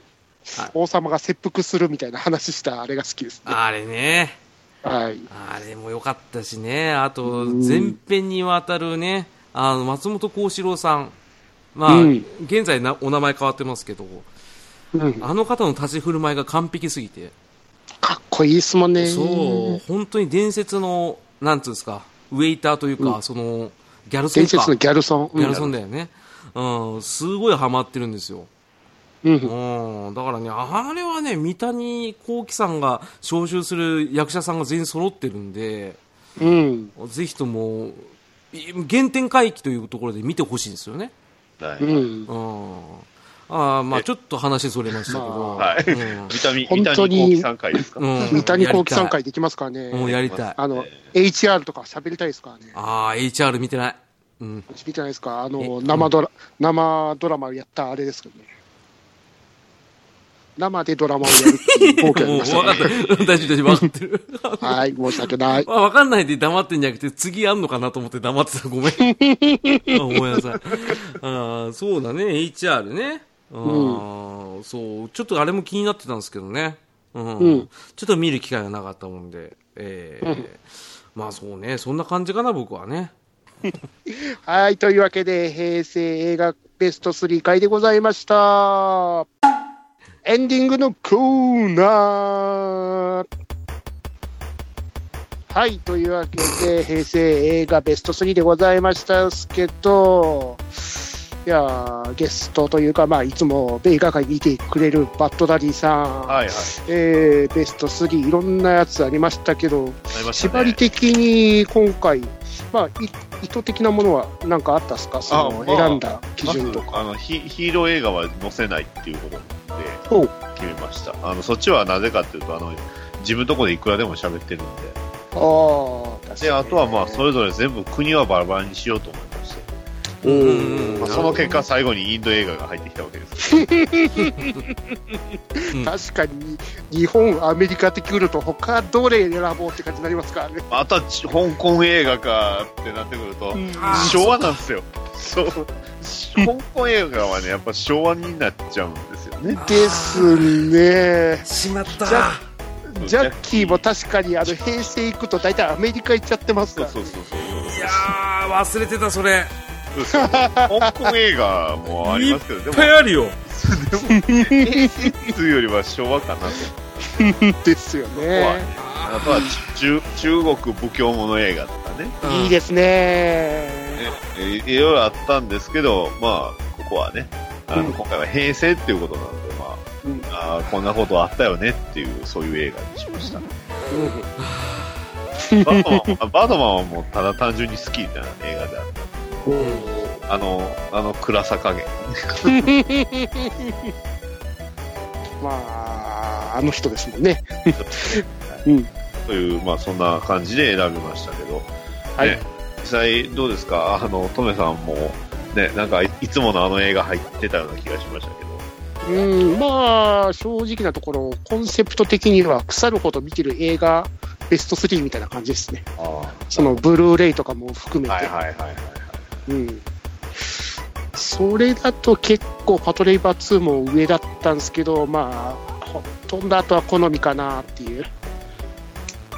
A: 王様が切腹するみたいな話したあれが好きですね。
B: あれね。
A: はい。
B: あれも良かったしね、あと前編にわたるね、あの松本幸四郎さん、まあ、
A: うん
B: 現在なお名前変わってますけど、
A: うん、
B: あの方の立ち振る舞いが完璧すぎて、
A: かっこいいですもんね。
B: そう、本当に伝説の、なんつうんですか、ウェイターというか、そのギャルソン
A: 伝
B: か
A: 説のギャルソン。
B: ギャルソ
A: ン。
B: ンだよね、うん、すごいハマってるんですよ。
A: うん。
B: うん、だからね、あれはね、三谷幸喜さんが招集する役者さんが全員揃ってるんで、
A: うん。
B: ぜひとも、い原点回帰というところで見てほしいんですよね。
C: は
A: う
C: い。
A: ん
B: う。ん。あーまあちょっと話それましたけど。
A: ま
C: はい。
B: うん
C: ビタミン、ビ
A: 本
C: タ
A: 当
C: ミン
A: に
C: 後期3回ですか
B: うん
A: 三谷幸喜さん
B: や
A: 会できますから
B: りたい。もう
A: ね。
B: やりたい。あ
A: あの、HR とか喋りたいですからね。
B: あー、HR 見てない。うん。
A: 見てないですかあの、
B: え
A: 生ドラ、生ドラマをやったあれですけどね。生でドラマをやるっていう冒
B: もう
A: 険ありま
B: 分
A: した
B: か
A: ね
B: った。大丈夫、大丈夫、分かってる。
A: はい、申し訳ない。
B: まあ、分かんないで黙ってんじゃなくて、次あんのかなと思って黙ってた。ごめん。 あごめんなさい。あーそうだね、HR ね。あーそう、ちょっとあれも気になってたんですけどね。うん。
A: うん
B: ちょっと見る機会がなかったもんで。えーまあそうね、そんな感じかな、僕はね。
A: はい、というわけで、平成映画ベスト3回でございました。エンディングのコーナー。はい、というわけで、平成映画ベスト3でございましたですけど、いやーゲストというか、まあ、いつも映画界にいてくれるバッドダディさん、
C: はいはい。
A: えーベスト3、いろんなやつありましたけど、
C: なりました
A: 縛り
C: ね。
A: 的に今回、まあ、い意図的なものは何かあったですか、その
C: まあ
A: 選んだ基
C: ま
A: 準と
C: ずあ
A: か。
C: のヒヒーロー映画は載せないっていうことで
A: ほう
C: 決めましたあのそっちはなぜかっていうとあの自分のとこでいくらでも喋ってるん
A: ああ、
C: でであとはまあそ
A: れ
C: れぞれ全部国はバラバラにしようと思いまして、
A: お
B: うん
C: まあ、
A: ー
C: その結果最後にインド映画が入ってきたわけですけど
A: 確かに日本、アメリカってくると、他どれ選ぼうって感じになりますからね。
C: またち香港映画かってなってくると
B: あー
C: 昭和なんですよ そう香港映画はねやっぱ昭和になっちゃうんですよね
A: ですね。
B: しまった
A: じゃジャッキーも確かにあの平成行くと大体アメリカ行っちゃってます
C: そ
A: か
C: う
A: ら、
C: そうそうそう
B: いやー、忘れてた、それ。
C: 香港映画もありますけどで
B: いっ
C: も
B: ぱいあるよ。
C: というよりは昭和かなと
A: ですよね。
C: あとは中中国武教物映画とかね
A: いいですね。
C: ねいいろいろあったんですけど、まあ、ここはね、あの
A: うん
C: 今回は平成っていうことなんで、ま
A: うん
C: あ、あーこんなことあったよねっていう、そういう映画にしました。バードマンはバードマンはもうただ単純に好きな映画であった。あの、あの暗さ加減。
A: まあ、あの人ですもんね。
C: という、まあそんな感じで選びましたけど、
A: はい
C: ね実際どうですかあの、トメさんも、ね、なんかいいつものあの映画入ってたような気がしましたけど、
A: うん、まあ、正直なところ、コンセプト的には腐るほど見てる映画、ベスト3みたいな感じですね。
C: あ
A: その、ブルーレイとかも含めて。
C: はいはいはいはいはい。
A: うん。それだと結構、パトレイバー2も上だったんですけど、まあ、ほとんどあとは好みかなっていう。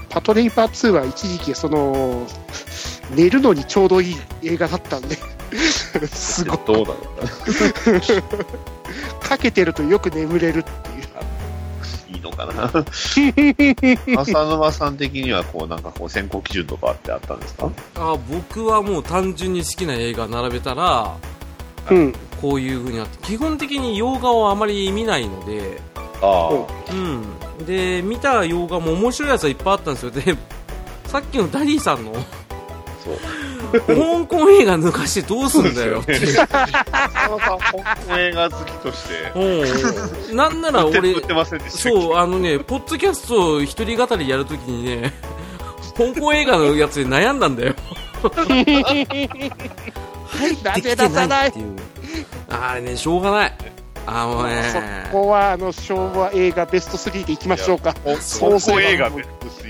A: パトレイバー2は一時期、その、寝るのにちょうどいい映画だったんで、 すごい。
C: どうだろう
A: かけてるとよく眠れるっていう。
C: いいのか な浅沼さん的にはこうなんかこう選考基準とかってあったんですか
B: あ僕はもう単純に好きな映画並べたら、
A: うん。
B: こういう風になって、基本的に洋画をあまり見ないので、
C: あ
A: うん
B: うん、で見た 洋画も面白いやつはいっぱいあったんですよでさっきのダディさんの
C: そう
B: 香港映画抜かしてどうすんだよっていう。
C: 佐野さん、本当映画好きとして、
B: うんなんなら
C: 売って
B: 俺
C: 売ってませんでしたっけ
B: そうあのねポッドキャストを一人語りやるときにね香港映画のやつで悩んだんだよ入ってきてないっていうあれねしょうがないあのね
A: そこはあの昭和映画ベスト3でいきましょう か。
C: 香港映画ベ
A: で
C: ス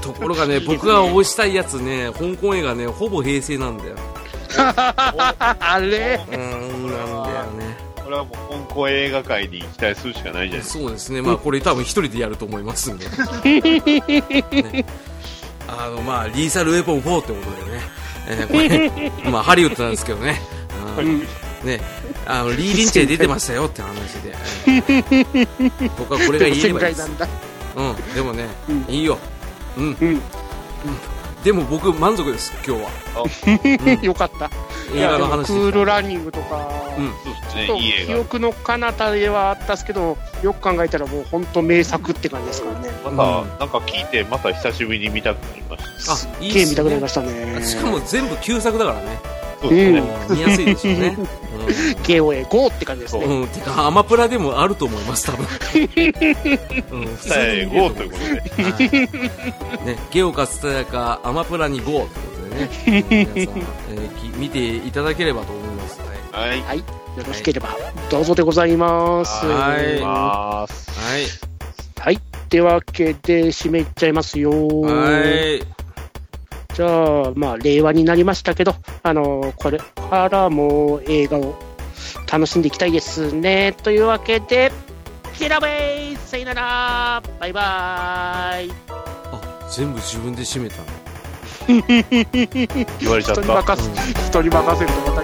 C: ト3
B: とこ ろがね僕が推したいやつね香港映画ねほぼ平成なんだよ
A: あれ
B: うんなんだよね
C: これはもう香港映画界に期待するしかないじゃないですか
B: そうですねまあこれ多分一人でやると思いますん で、ねあのまあリーサルウェポン4ってことでね、えーこれまあハリウッドなんですけどね。あのね、あのリー・リンチェ出てましたよって話で、えー僕はこれが言えれ
A: 仙
B: ばい
A: 台
B: いで
A: な
B: す、
A: んだ。
B: うん、でもね、
A: うん
B: いいよ、うん、
A: うん。
B: でも僕、満足です、今日は、
A: よかった。い
B: 映画
A: や、で
B: の
A: もク
B: 話
A: ール
B: できた
A: ランニングとか。
B: うん
C: そうですね
A: と
C: いい映
A: 記
C: 画
A: 憶の彼方ではあったんですけど、よく考えたらもう本当名作って感じですからね。
C: ま
B: うん
C: たなんか聞いてまた久しぶりに見たくなりました
B: あ
A: すっ
B: いいっす
A: げ
B: ね
A: え見たくなりましたね。
B: しかも全部旧作だからね、
C: そうですね、
A: うん
B: もう見やすいでしょうね、
A: KOA5 って感じです
B: う
A: ね。
B: ん、うん、てか、アマプラでもあると思います、多分うん、普通に
C: 最
B: 見れる
C: 後と
B: と思
C: いうこ
B: う
C: とで
B: はいね、ゲオかツタヤかアマプラに GO ということでね、えー皆さん、えーき見ていただければと思いますね。
C: はい
A: はい。よろしければ、どうぞでございます。
B: は
C: はいいます
B: はい。
A: はい。ってわけで、締めいっちゃいますよ。
B: はい。
A: じゃあ、まあ、令和になりましたけど、あの、これからも映画を楽しんでいきたいですね。というわけで、キラベイさよならバイバイ
B: あ、全部自分で締めたね。
C: 言われちゃっ
A: 人に
C: た
A: 任せ、人に任せるとまた